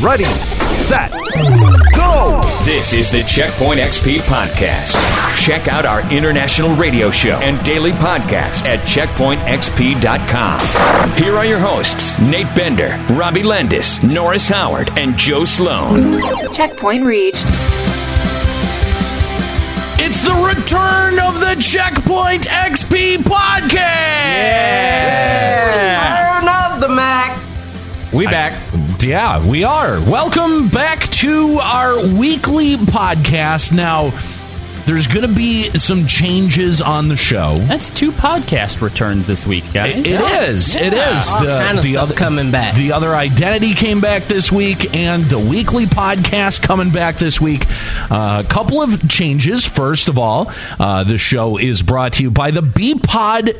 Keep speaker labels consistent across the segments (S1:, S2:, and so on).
S1: Ready, set, go!
S2: This is the Checkpoint XP Podcast. Check out our international radio show and daily podcast at checkpointxp.com. Here are your hosts Nate Bender, Robbie Landis, Norris Howard, and Joe Sloan.
S3: Checkpoint reached.
S4: It's the return of the Checkpoint XP podcast.
S5: Turn up the Mac.
S4: We back. yeah, we are. Welcome back to our weekly podcast. Now, there's going to be some changes on the show.
S6: That's two podcast returns this week, guys.
S4: It is. It is.
S5: All kind of stuff coming back.
S4: The other identity came back this week, and the weekly podcast coming back this week. Uh, a couple of changes. First of all, uh, the show is brought to you by the B Pod.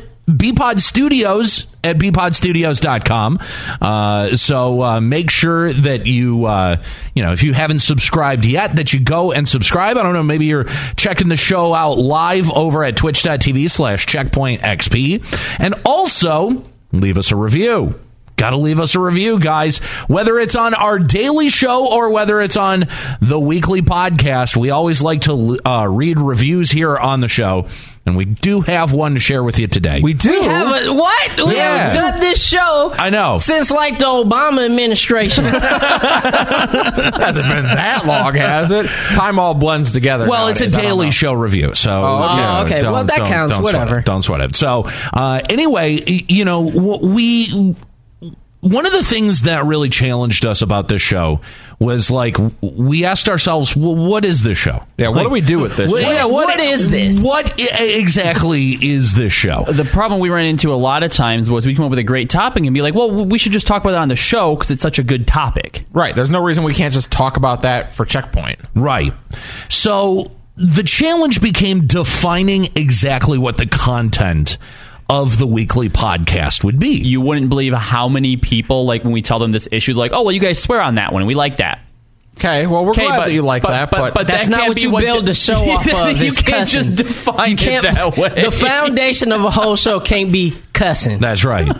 S4: Pod Studios at bpodstudios.com. Uh, so uh, make sure that you, uh, you know, if you haven't subscribed yet, that you go and subscribe. I don't know, maybe you're checking the show out live over at twitch.tv slash checkpoint XP. And also leave us a review. Got to leave us a review, guys. Whether it's on our daily show or whether it's on the weekly podcast, we always like to uh, read reviews here on the show. And we do have one to share with you today.
S6: We do.
S5: Have a- what? We
S4: Yeah.
S5: haven't done this show.
S4: I know.
S5: Since like the Obama administration.
S7: hasn't been that long, has it? Time all blends together.
S4: Well, it's a
S7: nowadays. I don't
S4: daily
S7: know.
S4: show review, so
S7: Oh,
S4: you know,
S5: okay.
S4: don't-
S5: Well, that
S4: don't-
S5: counts.
S4: Don't
S5: Whatever.
S4: Sweat it. Don't sweat it. So uh, anyway, y- you know, w- we one of the things that really challenged us about this show was like w- we asked ourselves, well, what is this show?
S7: Yeah, what
S4: Like,
S7: do we do with this?
S4: well,
S7: show?
S4: yeah,
S5: what is this?
S4: What i- exactly is this show?
S6: The problem we ran into a lot of times was we come up with a great topic and be like, well, we should just talk about it on the show because it's such a good topic.
S7: Right. There's no reason we can't just talk about that for checkpoint.
S4: Right. So the challenge became defining exactly what the content of the weekly podcast would be.
S6: You wouldn't believe how many people, like, when we tell them this issue, like, oh, well, you guys swear on that one and we like that.
S7: Okay. Well, we're
S6: 'Kay,
S7: glad
S6: but-
S7: that you like that, but,
S5: that's
S6: that
S5: not
S6: can't
S5: what
S6: be
S5: you build
S6: the-
S5: the show off of.
S6: you
S5: is
S6: can't
S5: cussing.
S6: just define
S5: You can't-
S6: it that way.
S5: The foundation of a whole show can't be cussing.
S4: That's right.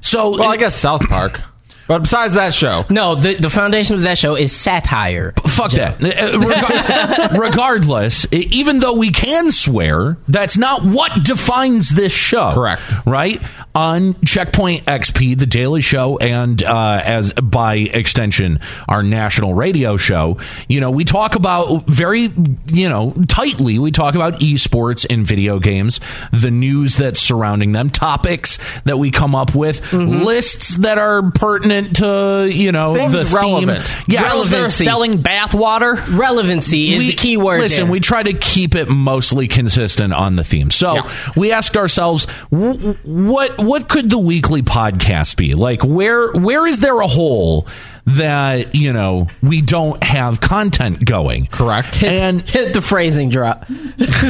S4: So
S7: well, I guess South Park. But besides that show,
S5: no, the, the foundation of that show is satire.
S4: fuck that. Uh, reg- regardless, e- even though we can swear, that's not what defines this show.
S7: Correct.
S4: Right on Checkpoint XP, the Daily Show, and uh, as by extension, our national radio show. You know, we talk about very you know tightly. We talk about esports and video games, the news that's surrounding them, topics that we come up with, lists that are pertinent to you know
S7: Mm-hmm. Things
S4: the
S7: relevant.
S4: Theme. Yes.
S6: Well, they're selling bathwater.
S5: Relevancy is
S4: We-
S5: the key word.
S4: Listen,
S5: there.
S4: we try to keep it mostly consistent on the theme. So
S7: Yeah.
S4: we ask ourselves, w- w- what what could the weekly podcast be like? Where where is there a hole that you know we don't have content going?
S7: correct.
S5: hit,
S4: and-
S5: hit the phrasing drop.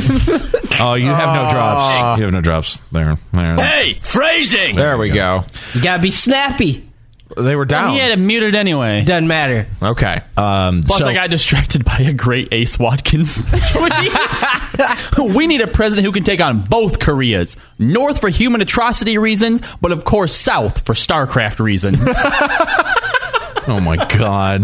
S4: Oh, you have no drops. You have no drops there. there.
S1: Hey, phrasing!
S7: There we go.
S5: You gotta be snappy.
S7: They were down.
S6: He had it muted anyway.
S5: Doesn't matter.
S7: okay.
S4: Um,
S6: Plus,
S4: so-
S6: I got distracted by a great Ace Watkins. tweet. we need a president who can take on both Koreas North for human atrocity reasons, but of course, South for StarCraft reasons.
S4: Oh my god,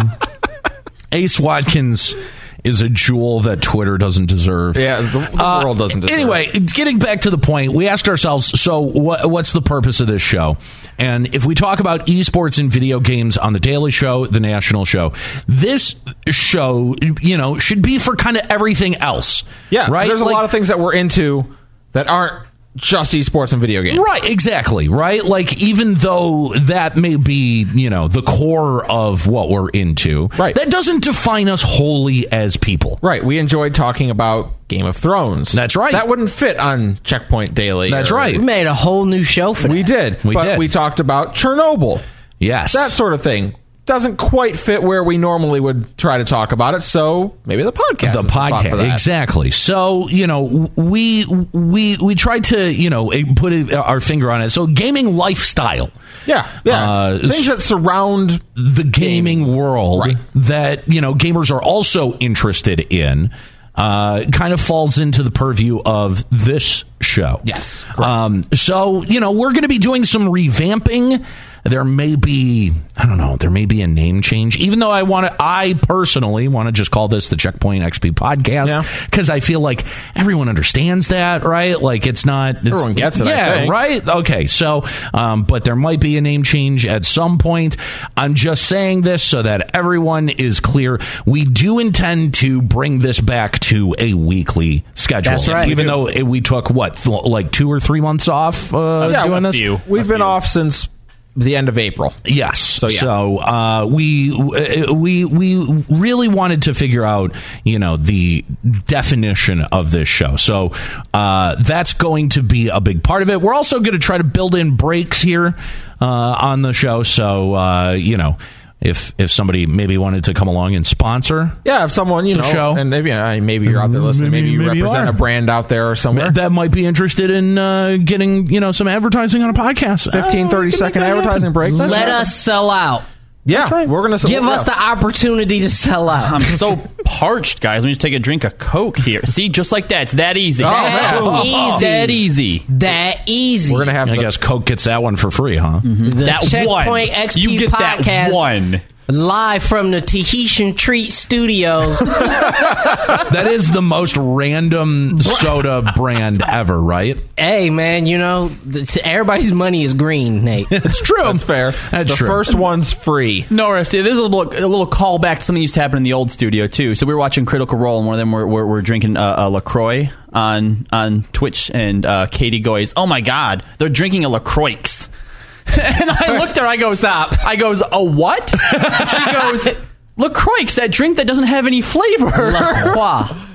S4: Ace Watkins is a jewel that Twitter doesn't deserve.
S7: yeah. The, the
S4: Uh,
S7: world doesn't. Deserve
S4: Anyway, getting back to the point, we asked ourselves, so what, what's the purpose of this show? And if we talk about esports and video games on the Daily Show, the National Show, this show, you know, should be for kind of everything else.
S7: Yeah.
S4: right.
S7: There's a
S4: Like-
S7: lot of things that we're into that aren't just esports and video games.
S4: Right, exactly, right? Like, even though that may be, you know, the core of what we're into,
S7: Right.
S4: that doesn't define us wholly as people.
S7: Right. We enjoyed talking about Game of Thrones.
S4: That's right.
S7: That wouldn't fit on Checkpoint Daily.
S4: That's
S7: or-
S4: right.
S5: We made a whole new show for
S7: We
S5: that.
S7: did.
S4: We
S7: but
S4: did.
S7: we talked about Chernobyl.
S4: Yes.
S7: That sort of thing. Doesn't quite fit where we normally would try to talk about it, so maybe the podcast.
S4: the
S7: is spot for
S4: podcast
S7: that.
S4: exactly so you know we we we tried to you know eh, put it- our finger on it so gaming lifestyle
S7: Yeah, yeah.
S4: Uh,
S7: Things that surround
S4: the gaming world
S7: Right.
S4: that you know gamers are also interested in uh, kind of falls into the purview of this show.
S7: Yes, correct.
S4: Um, so you know we're going to be doing some revamping. there may be I don't know, there may be a name change. Even though I want to, I personally want to just call this the Checkpoint XP
S7: Yeah.
S4: podcast because I feel like everyone understands that, right? Like it's not it's-
S7: Everyone gets it, I
S4: Yeah,
S7: think.
S4: right. Okay, so um, but there might be a name change at some point. I'm just saying this so that everyone is clear. We do intend to bring this back to a weekly schedule.
S5: That's right.
S4: Even though it, we took what th- like two or three months off uh,
S7: yeah,
S4: doing
S7: a
S4: this.
S7: few. We've
S6: A
S7: been
S6: few.
S7: off since the end of April.
S4: Yes. So,
S7: yeah.
S4: uh, we uh, we we really wanted to figure out you know the definition of this show. So uh, that's going to be a big part of it. We're also going to try to build in breaks here uh, on the show. So uh, you know if if somebody maybe wanted to come along and sponsor.
S7: Yeah, if someone you know,
S4: show. Mm,
S7: and maybe uh, maybe you're out there listening,
S4: Maybe-
S7: maybe, you
S4: maybe you
S7: represent
S4: are.
S7: a brand out there or somewhere.
S4: That might be interested in uh, getting you know some advertising on a podcast.
S7: 15, 30 second advertising break. That's
S5: Let
S7: right.
S5: us sell out.
S7: Yeah, we're gonna
S5: Give us the opportunity to sell out.
S6: I'm so parched, guys. Let me just take a drink of Coke here. See, just like that. It's that easy.
S7: man.
S6: that
S5: Oh, Easy.
S6: That easy.
S5: that easy.
S7: We're gonna have.
S4: I
S7: the-
S4: guess Coke gets that one for free, huh?
S7: Mm-hmm.
S6: that one.
S5: Checkpoint XP
S6: you get that
S5: podcast.
S6: one.
S5: Live from the Tahitian Treat Studios.
S4: That is the most random soda brand ever, right?
S5: hey, man, you know, th- everybody's money is green, Nate.
S4: It's true.
S7: That's fair.
S4: That's
S7: the
S4: true.
S7: first one's free.
S6: Nora, see, this is a little, a little callback to something used to happen in the old studio too. So we were watching Critical Role, and one of them were, were, were drinking uh, a Lacroix on on Twitch, and uh, Katie goes, "Oh my God, they're drinking a Lacroix." and I looked at her, I go, "Stop!" I goes, "A what?" she goes, "Lacroix, that drink that doesn't have any flavor."
S5: La Croix.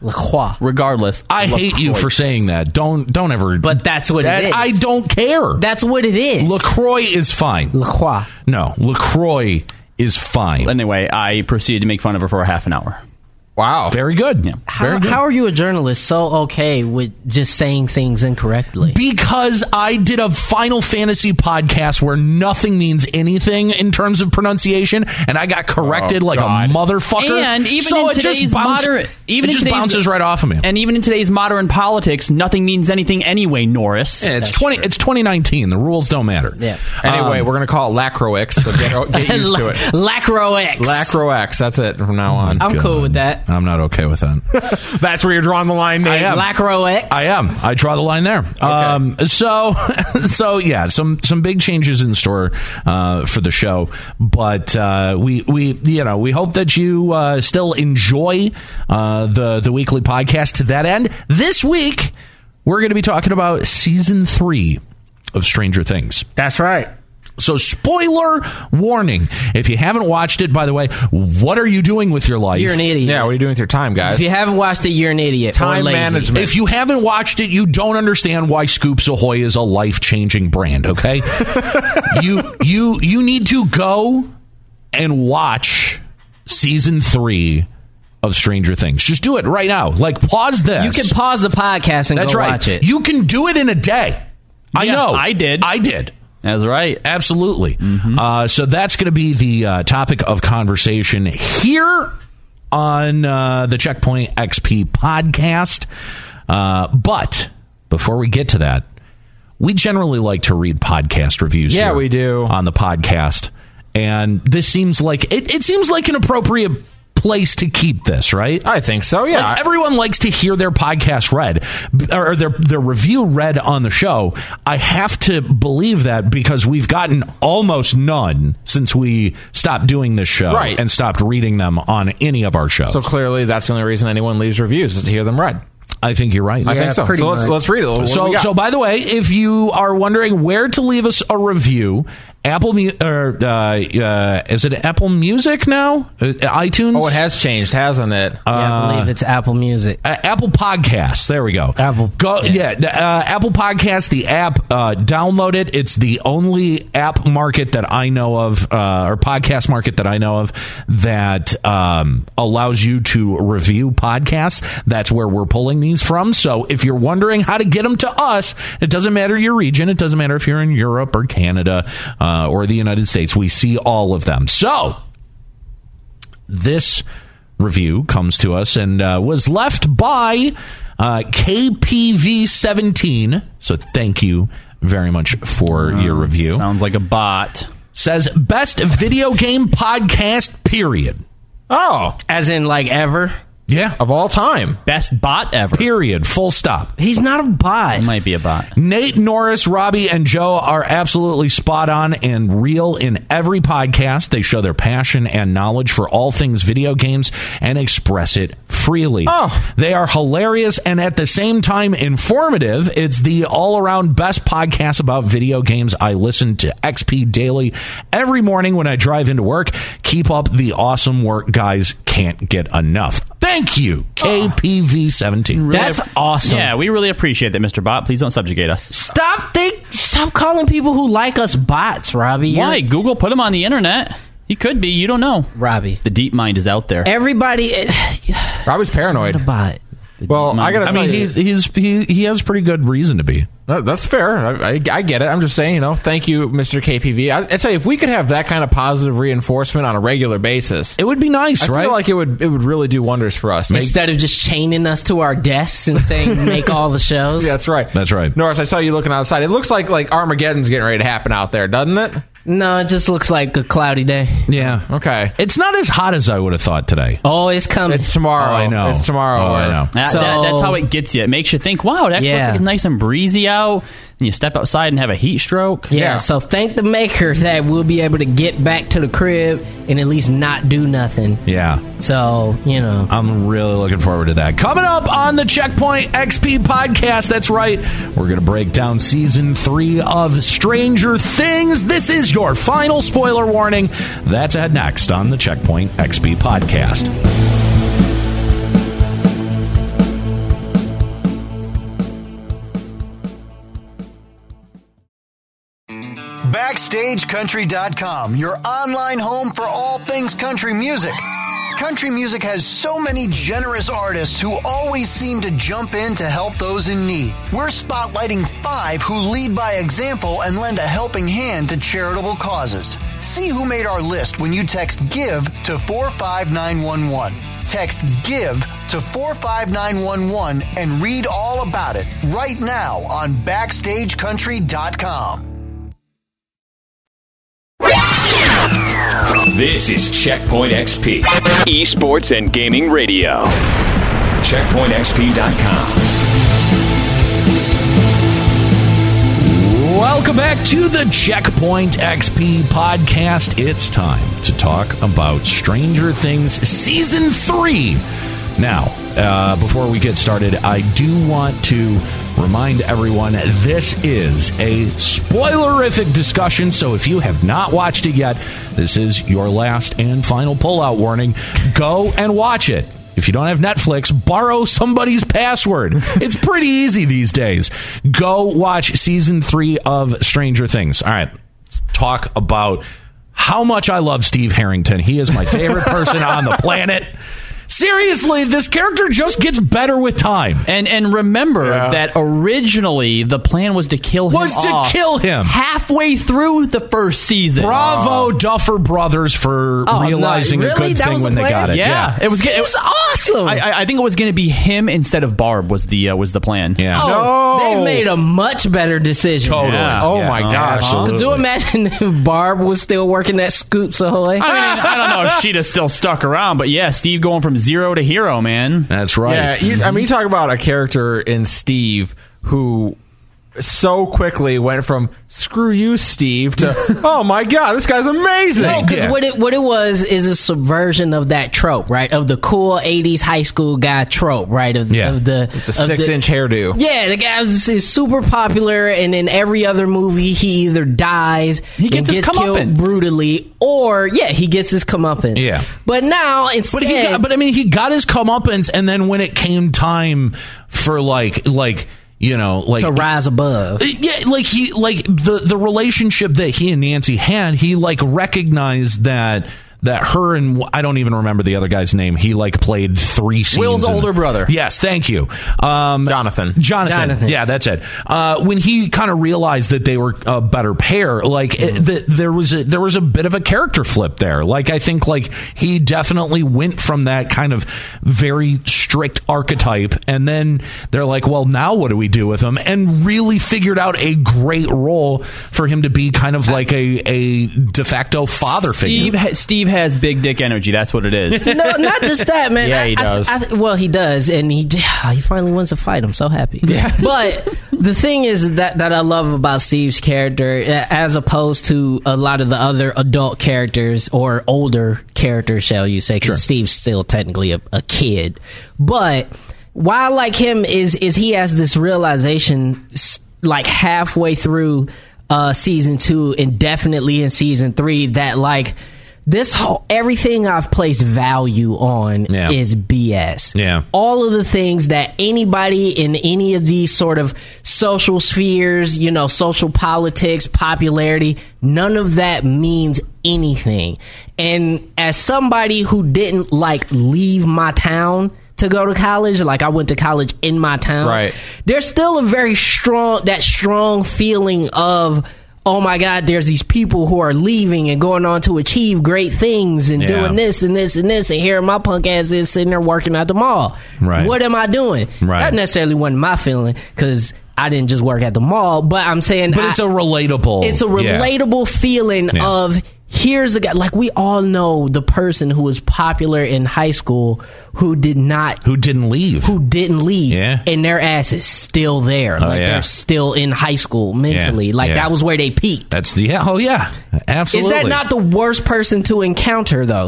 S5: La Croix.
S6: Regardless,
S4: I hate you for saying that. Don't don't ever.
S5: But that's what it
S4: That-
S5: is.
S4: I don't care.
S5: That's what it is.
S4: Lacroix is fine.
S5: La Croix.
S4: no, Lacroix is fine.
S6: Anyway, I proceeded to make fun of her for a half an hour.
S7: Wow.
S4: Very good.
S5: How, how are you a journalist so okay with just saying things incorrectly?
S4: Because I did a Final Fantasy podcast where nothing means anything in terms of pronunciation, and I got corrected like a motherfucker.
S6: And even
S4: so
S6: in
S4: it just
S6: today's
S4: bounce-
S6: moderate- even
S4: it
S6: in
S4: just
S6: today's-
S4: bounces right off of me.
S6: And even in today's modern politics, nothing means anything anyway, Norris.
S4: Yeah, it's twenty. It's twenty nineteen. The rules don't matter.
S5: Yeah.
S7: Anyway,
S4: Um,
S7: we're gonna call it Lacroix. So get, get used to it.
S5: Lacroix.
S7: Lacroix. That's it from now on.
S4: Oh.
S5: I'm cool with that.
S4: I'm not okay with that.
S7: That's where you're drawing the line, Nate.
S4: am.
S5: Lacroix.
S4: I am. I draw the line there. Um, so, so yeah, some some big changes in store uh, for the show, but uh, we we you know we hope that you uh, still enjoy uh, the the weekly podcast. To that end, this week we're going to be talking about season three of Stranger Things.
S5: That's right.
S4: So, spoiler warning: if you haven't watched it, by the way, what are you doing with your life?
S5: You're an idiot.
S7: Yeah. What are you doing with your time, guys?
S5: If you haven't watched it, you're an idiot. or
S7: Time
S5: lazy.
S7: management.
S4: If you haven't watched it, you don't understand why Scoops Ahoy is a life changing brand. Okay, you you you need to go and watch season three of Stranger Things. Just do it right now. Like pause this.
S5: You can pause the podcast and
S4: That's
S5: go
S4: right.
S5: watch it.
S4: You can do it in a day. I
S6: Yeah,
S4: know.
S6: I did.
S4: I did.
S6: That's right.
S4: Absolutely.
S7: Mm-hmm.
S4: Uh, so that's going to be the uh, topic of conversation here on uh, the Checkpoint XP podcast. Uh, but before we get to that, we generally like to read podcast reviews.
S7: Yeah,
S4: here
S7: we do.
S4: on the podcast, and this seems like it, it seems like an appropriate place to keep this, right?
S7: I think so. Yeah.
S4: Like everyone likes to hear their podcast read b- or their their review read on the show. I have to believe that because we've gotten almost none since we stopped doing this show
S7: Right.
S4: and stopped reading them on any of our shows.
S7: so clearly, that's the only reason anyone leaves reviews is to hear them read.
S4: I think you're right.
S7: I think so.
S5: pretty
S7: So let's
S5: much.
S7: let's read it. What do we
S4: So,
S7: got?
S4: so by the way, if you are wondering where to leave us a review, Apple Mu- or uh, uh, is it Apple Music now? Uh, iTunes?
S7: oh, it has changed, hasn't it? Uh,
S5: yeah, I believe it's Apple Music.
S4: uh, Apple Podcasts. There we go.
S5: Apple.
S4: Go. Yeah. the, uh, Apple Podcasts. The app. Uh, download it. It's the only app market that I know of, uh, or podcast market that I know of that um, allows you to review podcasts. That's where we're pulling these from. So if you're wondering how to get them to us, it doesn't matter your region. It doesn't matter if you're in Europe or Canada uh, or the United States. We see all of them. So this review comes to us and uh, was left by uh, KPV17. So thank you very much for your review.
S6: Sounds like a bot.
S4: Says best video game podcast. Period.
S7: Oh,
S5: As in, like, ever.
S4: Yeah,
S7: of all time.
S6: Best bot ever.
S4: period. Full stop.
S5: He's not a bot.
S6: It might be a bot.
S4: Nate, Norris, Robbie, and Joe are absolutely spot on and real in every podcast. They show their passion and knowledge for all things video games and express it freely.
S7: Oh.
S4: They are hilarious and at the same time informative. It's the all around best podcast about video games. I listen to XP daily every morning when I drive into work. Keep up the awesome work, guys. Can't get enough. Thank you, KPV17.
S5: That's awesome.
S6: Yeah, we really appreciate that, Mr. Bot. Please don't subjugate us.
S5: Stop think stop calling people who like us bots, Robbie. You're-
S6: Why? Google put him on the internet. He could be. You don't know.
S5: Robbie?
S6: The deep mind is out there.
S5: Everybody eh,
S7: Robbie's paranoid.
S5: a bot.
S7: Well, I gotta
S4: I
S7: tell
S4: mean,
S7: you,
S4: he's, he's he he has pretty good reason to be.
S7: No, that's fair. I, I, I get it. I'm just saying, you know, thank you, Mr. KPV. I, I tell you, if we could have that kind of positive reinforcement on a regular basis,
S4: It would be nice,
S7: I
S4: right?
S7: feel like it would it would really do wonders for us.
S5: Instead of just chaining us to our desks and saying make all the shows.
S7: Yeah, that's right.
S4: That's right.
S7: Norris, I saw you looking outside. It looks like like Armageddon's getting ready to happen out there, doesn't it?
S5: No, it just looks like a cloudy day.
S4: yeah.
S7: Okay.
S4: It's not as hot as I would have thought today.
S5: Oh, it's coming.
S7: It's tomorrow.
S4: Oh, I know.
S7: It's tomorrow.
S4: Oh, I
S7: Or-
S4: know.
S6: That-
S5: So-
S6: that- that's how it gets you. It makes you think, wow, it actually looks
S5: Yeah.
S6: like it's nice and breezy out. And you step outside and have a heat stroke.
S5: yeah,
S7: yeah.
S5: so thank the maker that we'll be able to get back to the crib and at least not do nothing.
S4: Yeah.
S5: So, you know.
S4: I'm really looking forward to that. Coming up on the Checkpoint XP podcast. That's right. We're going to break down season three of Stranger Things. This is your final spoiler warning. That's ahead next on the Checkpoint XP podcast.
S3: BackstageCountry.com, your online home for all things country music. Country music has so many generous artists who always seem to jump in to help those in need. We're spotlighting five who lead by example and lend a helping hand to charitable causes. See who made our list when you text GIVE to 45911. Text GIVE to 45911 and read all about it right now on BackstageCountry.com.
S2: This is Checkpoint XP, esports and gaming radio. CheckpointXP.com.
S4: Welcome back to the Checkpoint XP podcast. It's time to talk about Stranger Things Season 3. Now, uh, before we get started, I do want to remind everyone this is a spoilerific discussion. So if you have not watched it yet, this is your last and final pullout warning. Go and watch it. If you don't have Netflix, borrow somebody's password. It's pretty easy these days. Go watch season three of Stranger Things. All right, let's talk about how much I love Steve Harrington. He is my favorite person on the planet. Seriously, this character just gets better with time.
S6: And and remember that originally the plan was to kill him.
S4: Was to
S6: off
S4: kill him.
S6: halfway through the first season.
S4: Bravo, Duffer Brothers, for
S5: Oh, no,
S4: realizing a
S5: really?
S4: good
S5: That
S4: thing
S5: was
S4: when
S5: the
S4: they
S5: plan?
S4: got it.
S6: Yeah, it was. It
S5: Steve's
S6: was
S5: awesome.
S6: I, I- I think it was going to be him instead of Barb was the uh, was the plan.
S4: Yeah.
S5: Oh,
S7: No.
S5: They've made a much better decision.
S4: Totally.
S6: Yeah.
S7: Oh my
S4: Yeah.
S7: gosh.
S5: Could you imagine if Barb was still working at Scoops Ahoy?
S6: I mean, I don't know if she'd have still stuck around, but yeah, Steve going from zero to hero, man.
S4: That's right.
S7: Yeah, you, I mean, you talk about a character in Steve who so quickly went from "screw you, Steve" to "oh my god, this guy's amazing."
S5: No, because
S4: Yeah.
S5: Oh, what it what it was is a subversion of that trope, right? Of the cool '80s high school guy trope, right? Of,
S4: Yeah.
S5: of the
S7: the
S5: of
S7: six-inch hairdo.
S5: Yeah, the guy is, is super popular, and in every other movie, he either dies, he
S6: gets his
S5: killed
S6: comeuppance.
S5: brutally, or yeah, he gets his comeuppance.
S4: Yeah.
S5: but now instead,
S4: But he got, but I mean, he got his comeuppance, and then when it came time for like, like you know, like
S5: to rise above.
S4: yeah, like he, like the the relationship that he and Nancy had, he like recognized that that her and I don't even remember the other guy's name. He like played three scenes.
S6: Will's
S4: in-
S6: older brother.
S4: Yes, thank you, um,
S7: Jonathan.
S4: Jonathan.
S5: Jonathan.
S4: Yeah, that's it. Uh, when he kind of realized that they were a better pair, like it, th- there was a, there was a bit of a character flip there. Like I think like he definitely went from that kind of very strict archetype, and then they're like, well, now what do we do with him? And really figured out a great role for him to be kind of like a a de facto father figure.
S6: Steve, ha- Steve has big dick energy. That's what it is.
S5: No, not just that, man.
S6: Yeah,
S5: I-
S6: he
S5: I-
S6: does.
S5: I- well, he does, and he he finally wins a fight. I'm so happy. Yeah. But the thing is that that I love about Steve's character, a- as opposed to a lot of the other adult characters or older characters, shall you say? Because Steve's still technically a, a kid, but why I like him is is he has this realization s- like halfway through uh season two and definitely in season three that like this whole everything I've placed value on
S4: Yeah.
S5: is BS.
S4: Yeah.
S5: All of the things that anybody in any of these sort of social spheres, you know, social politics, popularity, none of that means anything. And as somebody who didn't like leave my town to go to college, like I went to college in my town,
S7: Right.
S5: there's still a very strong that strong feeling of oh my god there's these people who are leaving and going on to achieve great things and
S4: Yeah.
S5: doing this and this and this and here my punk ass is sitting there working at the mall
S4: Right.
S5: what am i doing
S4: Right.
S5: that necessarily wasn't my feeling because i didn't just work at the mall but i'm saying
S4: but
S5: I-
S4: it's a relatable.
S5: it's a
S4: yeah.
S5: relatable feeling
S4: Yeah.
S5: of here's a guy like we all know the person who was popular in high school who did not
S4: who didn't leave.
S5: who didn't leave
S4: Yeah. Oh,
S5: and their ass is still there. like
S4: yeah.
S5: they're still in high school mentally.
S4: Yeah,
S5: Like
S4: yeah.
S5: that was where they peaked.
S4: That's the yeah. Oh yeah,
S5: Is
S4: absolutely. Uh,
S5: that not the worst person to encounter though?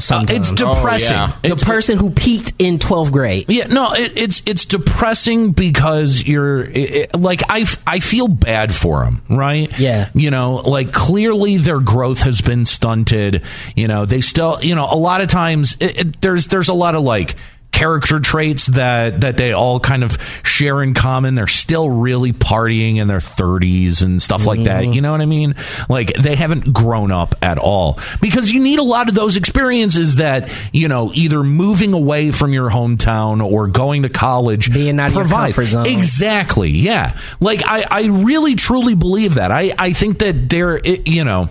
S4: It's
S5: Sometimes
S4: depressing.
S7: yeah.
S5: the
S4: It's-
S5: person who peaked in twelfth grade.
S4: Yeah, no, it, it's it's depressing because you're it, it- like I, f- I feel bad for them, right?
S5: Yeah.
S4: you know, like clearly their growth has been stunted. You know, they still, you know, a lot of times it, it, there's there's a lot of like character traits that that they all kind of share in common. They're still really partying in their 30s and stuff like
S5: Mm-hmm.
S4: that. You know what I mean? Like they haven't grown up at all because you need a lot of those experiences that you know either moving away from your hometown or going to college
S5: Being out of your
S4: provide.
S5: comfort zone.
S4: Ex- Exactly. Yeah. Like I, I really truly believe that. I, I think that there, it, you know,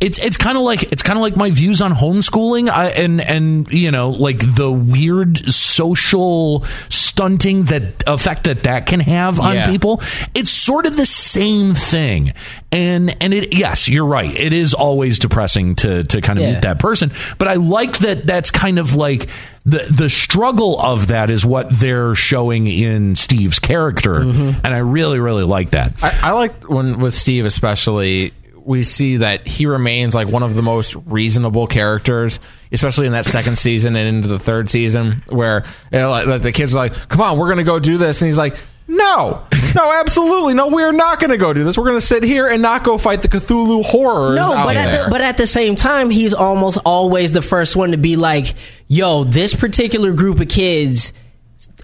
S4: it's it's kind of like it's kind of like my views on homeschooling I, and and you know like the weird social stunting that effect that that can have on
S6: Yeah.
S4: people. It's sort of the same thing. And and it yes, you're right. It is always depressing to to kind of
S5: Yeah.
S4: meet that person. But I like that that's kind of like the the struggle of that is what they're showing in Steve's character, and I really really like that.
S7: I, I like when with Steve especially. We see that he remains like one of the most reasonable characters, especially in that second season and into the third season, where you know, like, like, the kids are like, "Come on, we're gonna go do this," and he's like, "No, no, absolutely no. We're not gonna go do this. We're gonna sit here and not go fight the Cthulhu horrors."
S5: No,
S7: out
S5: but at,
S7: there."
S5: the, but at the same time, he's almost always the first one to be like, "Yo, this particular group of kids."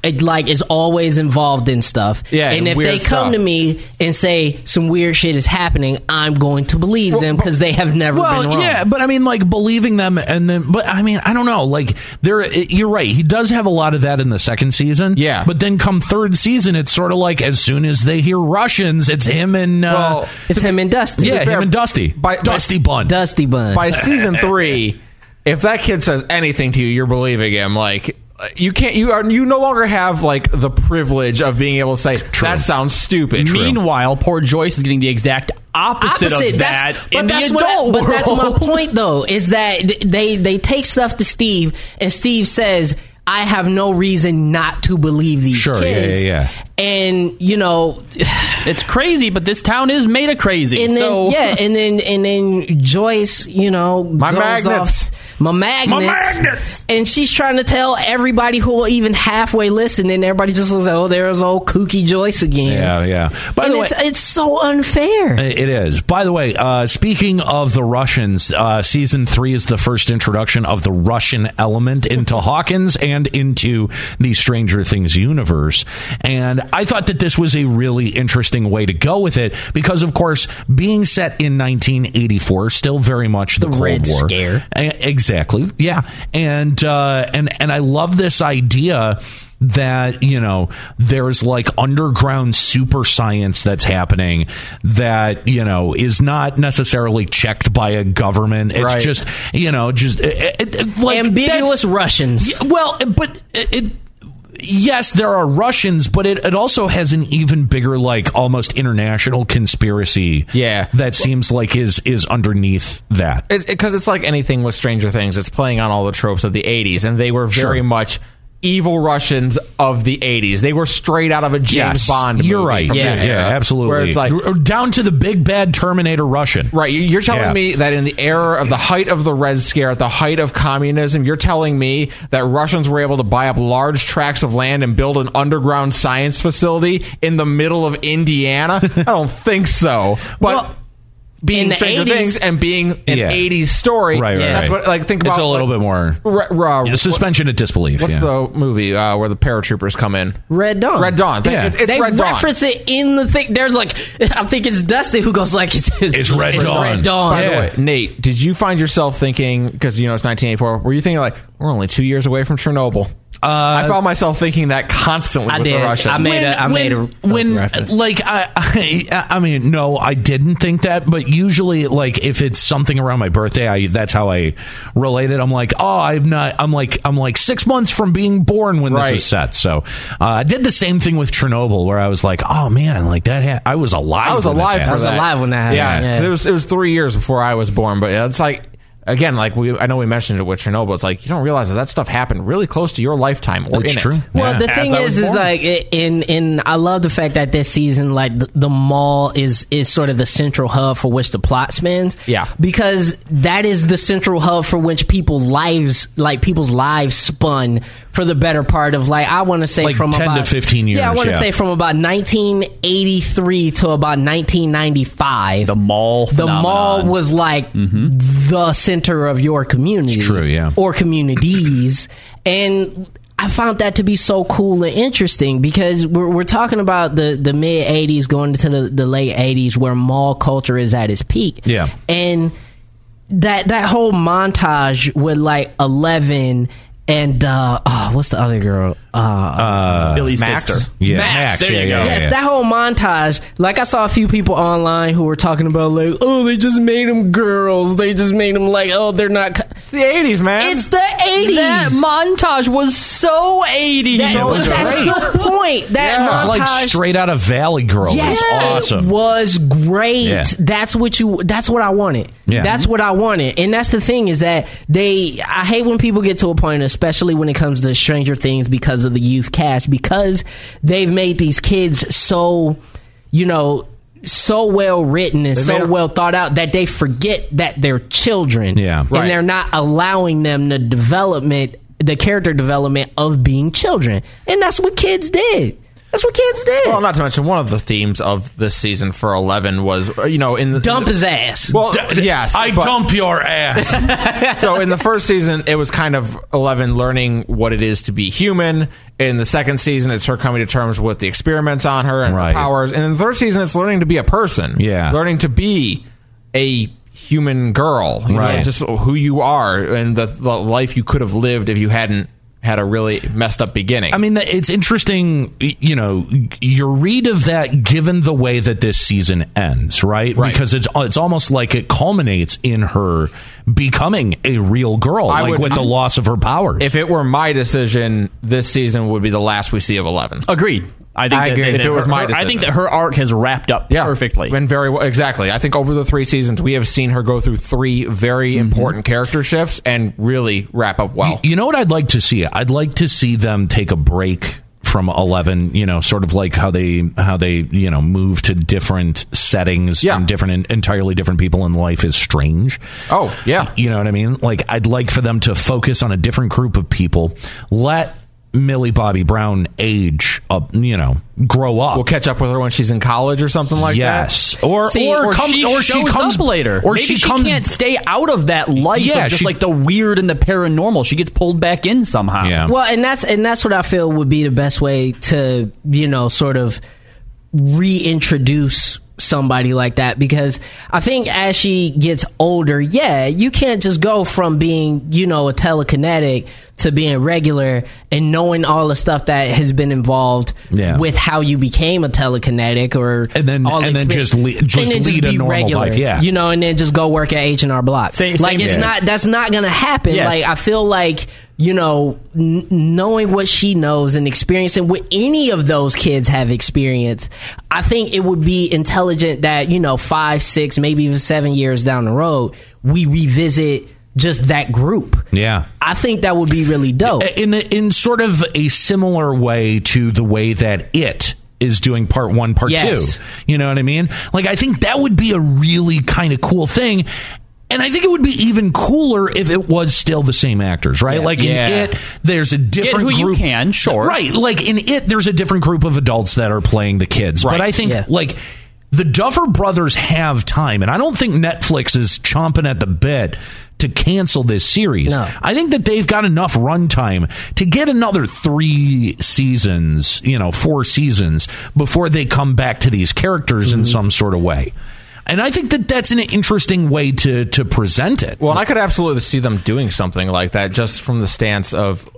S5: It, like is always involved in stuff.
S7: Yeah,
S5: and
S7: and
S5: if
S7: weird
S5: they come
S7: stuff.
S5: to me and say some weird shit is happening, I'm going to believe them because they have never been
S4: Well,
S5: wrong.
S4: yeah, but I mean, like believing them, and then, but I mean, I don't know. Like there, you're right. He does have a lot of that in the second season.
S7: Yeah.
S4: but then come third season, it's sort of like as soon as they hear Russians, it's him and uh,
S7: Well,
S5: It's him and Dusty.
S4: yeah,
S7: fair,
S4: him and Dusty,
S7: by- by-
S4: Dusty Bun.
S5: Dusty Bun.
S7: by season three, if that kid says anything to you, you're believing him. Like you can't, you are, you no longer have like the privilege of being able to say that sounds stupid.
S6: Meanwhile, poor Joyce is getting the exact opposite, of that
S5: that's,
S6: in
S5: but that's
S6: the
S5: what I-
S6: adult
S5: But that's
S6: world.
S5: my point, though, is that th- they they take stuff to Steve, and Steve says, "I have no reason not to believe these
S4: Sure, yeah,
S5: kids."
S4: yeah,
S5: yeah. And you know,
S6: It's crazy, but this town is made of crazy.
S5: and then
S6: so
S5: yeah, and then and then Joyce, you know,
S7: My
S5: goes
S7: magnets.
S5: off- my magnets,
S4: magnets.
S5: and she's trying to tell everybody who will even halfway listen, and everybody just looks like, "Oh, there's old kooky Joyce again."
S4: yeah, yeah. By
S5: and
S4: the way,
S5: it's it's so unfair.
S4: It is. By the way, uh, speaking of the Russians, uh, season three is the first introduction of the Russian element into Hawkins and into the Stranger Things universe. And I thought that this was a really interesting way to go with it because, of course, being set in 1984, still very much the, Cold
S5: Red
S4: War.
S5: Scare.
S4: E- Exactly. Yeah. And uh, and and I love this idea that you know there's like underground super science that's happening that you know is not necessarily checked by a government it's
S7: Right.
S4: just you know just it, it- it- like
S5: Ambiguous
S4: that's-
S5: Russians.
S4: Yeah, well, but it. it Yes, there are Russians, but it, it also has an even bigger, like almost international conspiracy.
S7: Yeah.
S4: that seems like is is underneath that.
S7: because it's, 'cause it's like anything with Stranger Things. It's playing on all the tropes of the '80s, and they were very
S4: Sure.
S7: much evil Russians of the '80s. They were straight out of a James
S4: yes,
S7: Bond.
S4: You're
S7: movie
S4: right.
S7: from
S4: Yeah,
S7: that
S4: yeah,
S7: era,
S4: absolutely.
S7: Where it's like.
S4: R- down to the big bad Terminator Russian.
S7: Right, you- you're telling
S4: Yeah.
S7: me that in the era of the height of the Red Scare, at the height of communism, you're telling me that Russians were able to buy up large tracts of land and build an underground science facility in the middle of Indiana? I don't think so. But
S4: Well,
S7: being
S5: in the
S7: Stranger
S5: 80s
S7: Things and being an
S4: Yeah.
S7: '80s story,
S4: Right, right,
S7: That's
S4: right.
S7: what like think about
S4: It's a little
S7: like,
S4: bit more-
S7: ra- ra-
S4: Yeah, suspension of disbelief.
S7: What's
S4: yeah.
S7: the movie uh, where the paratroopers come in?
S5: Red Dawn.
S7: Red Dawn. Thank-
S4: Yeah.
S7: It's, it's
S5: they
S7: Red Dawn.
S5: reference it in the thing. There's like, I think it's Dusty who goes like, "It's, it's,
S4: It's Red Dawn.
S5: Red Dawn.
S7: By
S4: Yeah.
S7: the way, Nate, did you find yourself thinking because you know it's 1984? Were you thinking like we're only two years away from Chernobyl? I found myself thinking that constantly
S5: Uh, I
S7: with
S5: did.
S7: the Russians.
S5: I made a- I made a-
S4: when
S5: reference.
S4: like I, I I mean no I didn't think that but usually like if it's something around my birthday I that's how I relate it I'm like oh I'm not I'm like I'm like six months from being born when
S7: Right.
S4: this is set so uh, I did the same thing with Chernobyl where I was like oh man like that ha- I was alive
S7: I was
S4: when this
S7: alive for
S4: happened.
S5: was
S7: that.
S5: alive when that happened,
S7: Yeah, 'cause
S5: yeah.
S7: it was it was three years before I was born. But yeah, it's like again, like we I know we mentioned it with Chernobyl. It's like you don't realize that that stuff happened really close to your lifetime. Or
S4: It's
S7: in
S4: true.
S7: It.
S5: Well,
S4: Yeah.
S5: the
S4: As
S5: thing
S4: I
S5: is,
S4: was
S5: is
S4: born.
S5: like i- in in I love the fact that this season, like the, the mall is is sort of the central hub for which the plot spins.
S7: Yeah.
S5: because that is the central hub for which people lives like people's lives spun for the better part of like I want to say
S4: Like
S5: from
S4: 10 to
S5: about,
S4: 15
S5: Yeah, I
S4: years,
S5: want to
S4: yeah.
S5: say from about 1983 to about 1995.
S6: The mall.
S5: the mall
S6: phenomenon.
S5: was like the center of your community.
S4: Mm-hmm. It's true, yeah.
S5: Or communities. and I found that to be so cool and interesting because we're, we're talking about the, the mid 80s going into the, the late 80s where mall culture is at its peak.
S4: Yeah.
S5: And that that whole montage with like 11 and uh oh, what's the other girl? Uh
S6: Billy's
S7: Max?
S6: sister.
S4: yeah
S6: Max, there
S4: yeah,
S6: you
S4: yeah,
S6: go.
S4: yeah,
S5: Yes,
S4: Oh, yeah.
S5: that whole montage. Like I saw a few people online who were talking about like, oh, they just made them girls. They just made them like, oh, they're not. co-"
S7: It's the 80s, man.
S5: It's the eighties.
S8: That montage was so 80s.
S5: That-
S4: was
S5: that's
S4: great.
S5: the point. That
S4: It was
S5: montage
S4: like straight out of Valley Girl.
S5: Yes,
S4: It was awesome.
S5: It was great.
S4: Yeah.
S5: That's what you. That's what I wanted.
S4: Yeah.
S5: That's what I wanted. And that's the thing is that they. I hate when people get to a point, especially when it comes to Stranger Things, because of the youth cast, because they've made these kids so, you know. So well written and so
S7: made 'em-
S5: well thought out that they forget that they're children,
S4: Yeah.
S5: and
S7: Right.
S5: they're not allowing them the development, the character development of being children, and that's what kids did. That's what kids did.
S7: well, not to mention one of the themes of this season for 11 was uh, you know in the
S5: dump his ass.
S7: Well, yes,
S4: I
S7: but-
S4: dump your ass.
S7: so in the first season, it was kind of Eleven learning what it is to be human. In the second season, it's her coming to terms with the experiments on her and her
S4: Right.
S7: powers. And in the third season, it's learning to be a person.
S4: Yeah.
S7: learning to be a human girl. you know,
S4: Right.
S7: just who you are and the, the life you could have lived if you hadn't had a really messed up beginning.
S4: I mean, that- it's interesting, y- you know, your read of that given the way that this season ends, right?
S7: Right.
S4: Because it's uh, it's almost like it culminates in her becoming a real girl,
S7: I
S4: like
S7: would-
S4: with the loss of her powers.
S7: if it were my decision, this season would be the last we see of Eleven.
S6: Agreed. I think
S5: I
S6: that-
S5: agree.
S6: that-
S5: If
S6: that
S7: it was
S6: her-
S7: my
S6: her- I
S7: decision.
S6: think that her arc has wrapped up perfectly.
S7: And very well, exactly. I think over the three seasons, we have seen her go through three very important character shifts and really wrap up well.
S4: Mm-hmm. you know what I'd like to see? I'd like to see them take a break from 11 you know sort of like how they how they you know move to different settings
S7: Yeah.
S4: and different entirely different people in life is strange
S7: Oh, yeah.
S4: You know what I mean? Like, I'd like for them to focus on a different group of people. Let Millie Bobby Brown age up, you know, grow up.
S7: we'll catch up with her when she's in college or something like
S4: yes.
S7: that.
S4: Or,
S6: See,
S4: or,
S6: or,
S4: come,
S6: she
S4: or she
S6: shows
S4: comes
S6: up later,
S4: Or
S6: Maybe
S4: she, comes.
S6: can't stay out of that life.
S4: Yeah,
S6: of just
S4: she-
S6: like the weird and the paranormal. She gets pulled back in somehow.
S4: yeah.
S5: Well, and that's and that's what I feel would be the best way to you know sort of reintroduce somebody like that because I think as she gets older, yeah, you can't just go from being, you know, a telekinetic to being regular and knowing all the stuff that has been involved
S4: Yeah.
S5: with how you became a telekinetic or
S4: And then-
S5: all the
S4: and then
S5: experience-
S4: just le- just lead a normal life, yeah.
S5: you know, and then just go work at H and R Block.
S6: Same-
S5: like
S6: same
S5: it's
S6: here.
S5: not that's not gonna happen.
S6: Yes.
S5: Like I feel like you know, n- knowing what she knows and experiencing what any of those kids have experienced, I think it would be intelligent that you know five, six, maybe even seven years down the road we revisit just that group.
S4: Yeah. Eh,
S5: I think that would be really dope.
S6: Oh.
S4: in the in sort of a similar way to the way that it is doing part one, part
S5: Yes.
S4: two. You know what I mean? Like I think that would be a really kind of cool thing. And I think it would be even cooler if it was still the same actors, right? Like
S6: Yeah.
S4: in it, there's a different
S6: who you
S4: group.
S6: can, sure.
S4: Right. Like in it, there's a different group of adults that are playing the kids. But I think
S5: yeah.
S4: like the Duffer brothers have time, and I don't think Netflix is chomping at the bit to cancel this series.
S5: No.
S4: I think that they've got enough runtime to get another three seasons, you know, four seasons before they come back to these characters in some sort of way. And I think that that's an interesting way to to present it.
S7: Well, and I could absolutely see them doing something like that just from the stance of.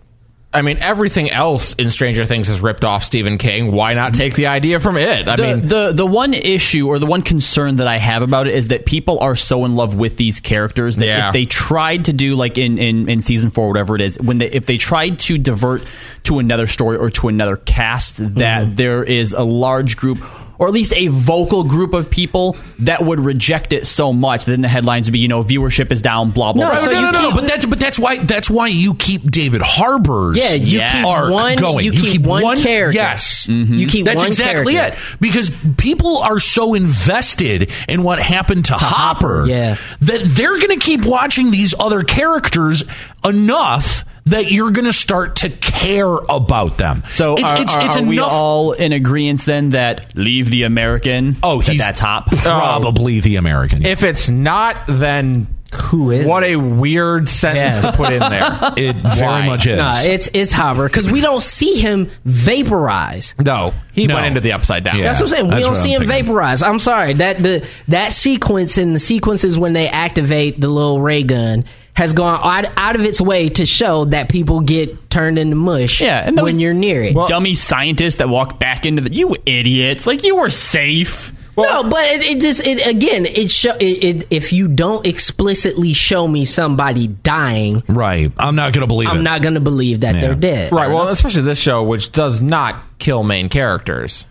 S7: I mean, everything else in Stranger Things has ripped off Stephen King. Why not take the idea from it? I
S6: the,
S7: mean,
S6: the the one issue or the one concern that I have about it is that people are so in love with these characters that
S7: Yeah.
S6: if they tried to do like in, in in season four, whatever it is, when they if they tried to divert to another story or to another cast, that
S4: Mm-hmm.
S6: there is a large group. Or at least a vocal group of people that would reject it so much that then the headlines would be, you know, viewership is down, blah blah.
S5: No,
S6: blah.
S5: so
S4: no,
S5: you
S4: no, no, no,
S5: keep-
S4: But that's but that's why that's why you keep David Harbor's
S5: Yeah, you
S6: keep
S4: arc
S5: one-
S4: going.
S5: you keep one character. Mm-hmm.
S4: Yes,
S5: You keep
S4: that's
S5: one
S4: exactly
S5: character.
S4: it. Because people are so invested in what happened to, Hopper,
S5: yeah.
S4: that they're going to keep watching these other characters enough that you're going to start to care about them.
S6: So
S4: it's,
S6: are,
S4: it's,
S6: are-
S4: it's
S6: are
S4: enough.
S6: we all in agreement then that leave the American?
S4: oh,
S6: that
S4: he's
S6: that's hop.
S4: Probably the American.
S7: if it's not, then
S5: Who is
S7: what a weird sentence
S5: Yeah.
S7: to put in there.
S4: it very
S7: Why?
S4: much is.
S5: Nah, it's it's Hopper because we don't see him vaporize.
S7: no, he
S4: No.
S7: went into the upside down.
S4: Yeah.
S5: That's what I'm saying. We
S4: that's
S5: don't
S4: what
S5: see
S4: I'm
S5: him
S4: thinking.
S5: vaporize. I'm sorry that the that sequence and the sequences when they activate the little ray gun has gone out, out of its way to show that people get turned into mush.
S6: Yeah, and that
S5: when
S6: was-
S5: you're near it.
S6: dummy scientists that walk back into the you idiots like you were safe
S5: no, but it, it just it again it show it, it if you don't explicitly show me somebody dying,
S4: right. I'm not going to believe it.
S5: I'm not gonna believe that they're dead.
S7: Right. Well, especially this show, which does not kill main characters.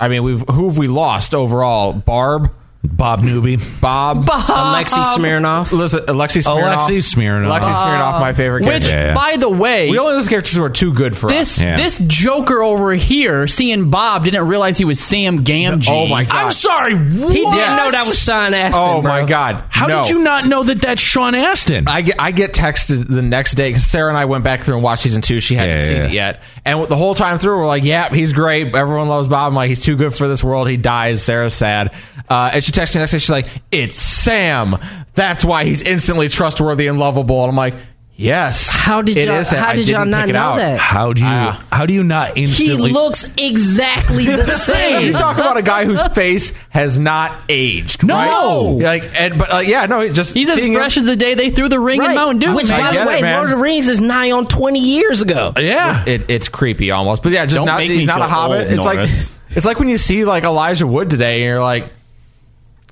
S7: I mean, we've who have we lost overall? Barb,
S4: Bob Newby.
S7: Bob,
S5: Alexei Smirnoff.
S7: Listen, Alexei Smirnoff.
S4: Alexei Smirnoff.
S7: Alexei Smirnoff, my favorite character.
S6: which
S4: yeah.
S6: by the way
S7: We only those characters who are too good for
S6: this
S7: us.
S4: Yeah.
S6: this joker over here seeing bob didn't realize he was sam gamgee
S7: Oh my god!
S4: I'm sorry. What?
S5: He didn't know that was Sean Astin.
S7: oh my
S5: bro.
S7: god!
S4: How
S7: No.
S4: did you not know that that's Sean Astin?
S7: I get I get texted the next day because Sarah and I went back through and watched season two. She hadn't
S4: Yeah,
S7: seen
S4: yeah.
S7: it yet, and the whole time through, we're like, "Yeah, he's great. Everyone loves Bob. I'm like, he's too good for this world. He dies. Sarah's sad." Uh, and she texted me the next day. She's like, "It's Sam. That's why he's instantly trustworthy and lovable." And I'm like, "Yes.
S5: How did
S7: it
S5: y'all-
S7: is Sam.
S5: how
S7: I
S5: did y'all
S7: didn't
S5: not
S7: pick it
S5: know
S7: out.
S5: that?
S4: how do you
S7: Ah.
S4: how do you not
S5: He
S4: instantly
S5: looks exactly the
S7: You
S5: same.
S7: talk about a guy whose face has not aged.
S4: No.
S7: right? like, and, but uh, yeah, no, he's just
S6: he's as
S7: seeing him-
S6: fresh as the day they threw the ring in mountain dew
S5: Which,
S7: I
S5: by
S7: get
S5: the
S7: it,
S5: way,
S7: man.
S5: Lord of the Rings is nigh on 20 years ago.
S4: Yeah.
S7: it, it's creepy almost. But yeah, just
S6: Don't
S7: not,
S6: make
S7: he's
S6: me
S7: not a
S6: feel
S7: hobbit.
S6: old,
S7: it's
S6: Norris.
S7: like it's like when you see like Elijah Wood today, and you're like,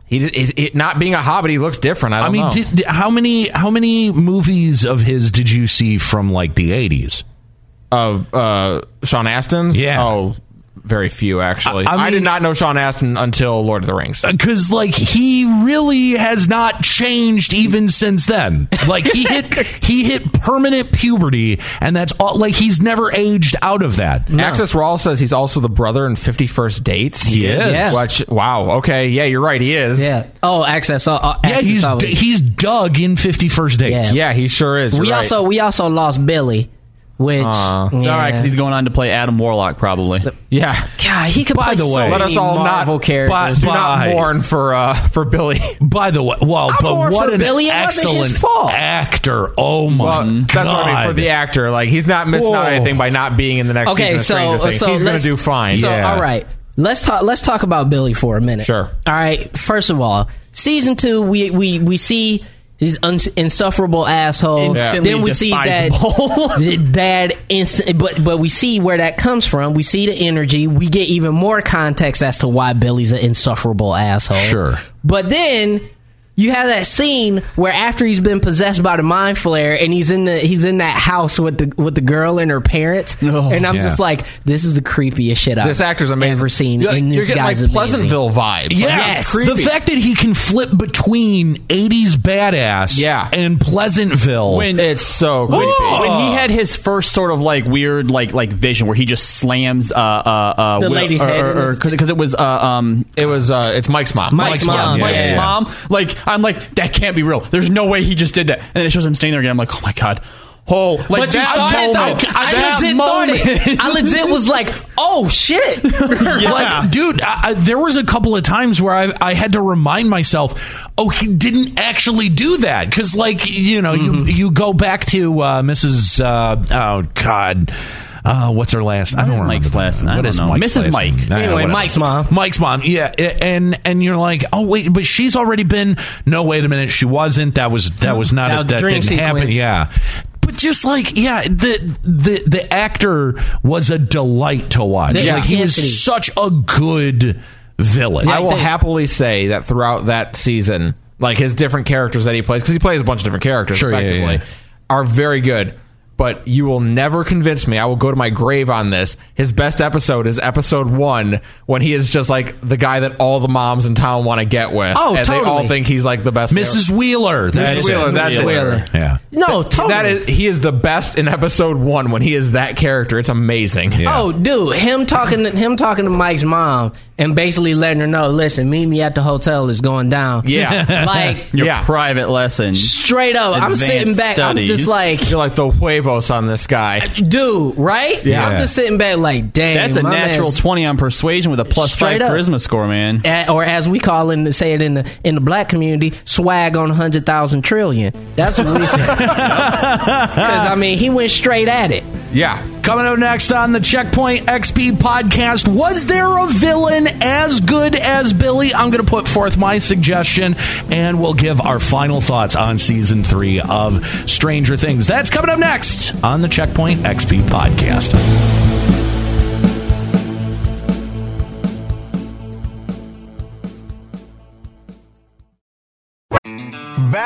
S7: he is it not being a hobbit. He looks different. I,
S4: I
S7: don't
S4: mean,
S7: know.
S4: did, did- how many how many movies of his did you see from like the eighties?
S7: of uh, Sean Astin's,
S4: Yeah.
S7: oh, very few actually.
S4: I-
S7: I,
S4: I mean- Uh,
S7: did not know Sean Astin until Lord of the Rings.
S4: Because like he really has not changed even since then. Like he hit he hit permanent puberty, and that's all. Like he's never aged out of that.
S7: Access Rawl says he's also the brother in Fifty First Dates.
S4: He is. Yeah.
S7: Which, wow. Okay. Yeah, you're right. He is.
S5: Yeah. Oh, access. Uh, uh,
S4: Yeah,
S5: access
S4: he's
S5: always-
S4: he's Doug in Fifty First Dates.
S7: Yeah, he sure is. You're
S5: we
S7: right.
S5: also we also lost Billy, which
S6: it's all right
S5: yeah.
S6: because he's going on to play adam warlock probably
S7: yeah.
S5: God, he could
S4: By
S5: play
S4: the
S5: so
S4: way-
S5: many
S4: Let
S7: us all not-
S5: Marvel characters.
S7: Do not
S4: Bye.
S7: mourn for uh, for Billy.
S4: By the way, well, but
S5: more
S4: what
S5: for
S4: an
S5: Billy. It wasn't his
S4: excellent
S5: fault.
S4: actor! Oh my
S7: Well,
S4: god!
S7: that's what I mean for the actor. Like he's not missing
S4: Whoa.
S7: out anything by not being in the next
S5: okay,
S7: season of
S5: so
S7: Stranger Things.
S5: so
S7: he's gonna
S5: let's-
S7: do fine.
S5: So
S4: Yeah.
S5: all right, Let's talk. Let's talk about Billy for a minute.
S7: Sure.
S5: All right. First of all, season two, we we we see these uns insufferable assholes.
S6: Instantly
S5: then we see that
S6: despisable.
S5: that instant. But but we see where that comes from. We see the energy. We get even more context as to why Billy's an insufferable asshole.
S4: Sure.
S5: But then you have that scene where after he's been possessed by the mind flare and he's in the he's in that house with the with the girl and her parents. and I'm
S4: yeah.
S5: just like, this is the creepiest shit I've
S7: Oh, This actor's amazing.
S5: ever seen.
S7: You're,
S5: and
S7: you're
S5: this
S7: getting like
S5: guy's amazing.
S7: Pleasantville vibe.
S5: Yes.
S4: The fact that he can flip between 80s badass
S7: Yeah.
S4: and Pleasantville.
S6: When-
S7: it's so creepy.
S6: When, when he Oh. had his first sort of like weird like like vision where he just slams uh uh, uh
S5: The
S6: Will-
S5: lady's
S6: or,
S5: head in
S6: or
S5: it.
S6: because it was uh um
S7: It was uh, it's Mike's mom.
S5: Mike's mom,
S6: Mike's
S5: yeah.
S6: mom like I'm like that can't be real there's no way he just did that and then it shows him standing there again I'm like oh my god oh like
S5: But you
S6: that
S5: thought it, though.
S6: moment
S5: I
S6: that
S5: legit thought
S6: moment
S5: it. I legit was like, "Oh shit!"
S6: yeah.
S4: Like, dude, I, I, there was a couple of times where I, I had to remind myself, oh, he didn't actually do that. Because, like, you know, you, you go back to uh, Mrs. Uh, oh, God. Uh, what's her last? I don't
S6: is
S4: remember
S6: Mike's
S4: the
S6: last
S4: name.
S6: name? I
S4: What
S6: don't
S4: is
S6: know.
S4: Mike's
S6: Mrs.
S4: last
S6: Mike.
S4: name? Nah,
S5: Anyway,
S4: whatever.
S5: Mike's mom.
S4: Mike's mom. Yeah, a- and and you're like, oh wait, but she's already been. No, wait a minute, she wasn't. That was that was not
S5: Now,
S4: a, that
S5: dream
S4: didn't happen.
S5: sequence.
S4: Yeah. But just like yeah, the the the actor was a delight to watch.
S5: The
S4: Like he
S5: intensity.
S4: was such a good villain.
S7: I will
S5: think-
S7: happily say that throughout that season, like his different characters that he plays, because he plays a bunch of different characters
S4: Sure, yeah,
S7: effectively,
S4: yeah.
S7: are very good. But you will never convince me. I will go to my grave on this. His best episode is episode one when he is just like the guy that all the moms in town want to get with.
S5: Oh,
S7: and they all
S5: totally.
S7: think he's like the best.
S4: Mrs. Wheeler. That's
S7: Wheeler,
S4: It.
S7: that's it.
S5: Wheeler.
S4: Yeah.
S5: No, totally.
S7: That is, he is the best in episode one when he is that character. It's amazing.
S5: Oh, dude, him talking to him talking to Mike's mom and basically letting her know, listen, meet me at the hotel is going down.
S7: Yeah.
S5: Like
S6: your
S7: Yeah.
S6: private lesson
S5: straight up, I'm
S6: Advanced
S5: sitting back. I'm
S6: studies.
S5: just like,
S7: You're like the huevos on this guy.
S5: dude, right?
S7: Yeah.
S5: I'm just sitting back like, damn.
S6: that's a
S5: my
S6: natural
S5: man's-
S6: twenty on persuasion with a plus
S5: Straight
S6: five
S5: up.
S6: charisma score man
S5: a- or as we call it, say it in the in the black community, swag on hundred thousand trillion. That's what we say. Because I mean, he went straight at it.
S7: Yeah.
S4: Coming up next on the Checkpoint XP podcast, was there a villain as good as Billy? I'm going to put forth my suggestion and we'll give our final thoughts on season three of Stranger Things. That's coming up next on the Checkpoint XP podcast.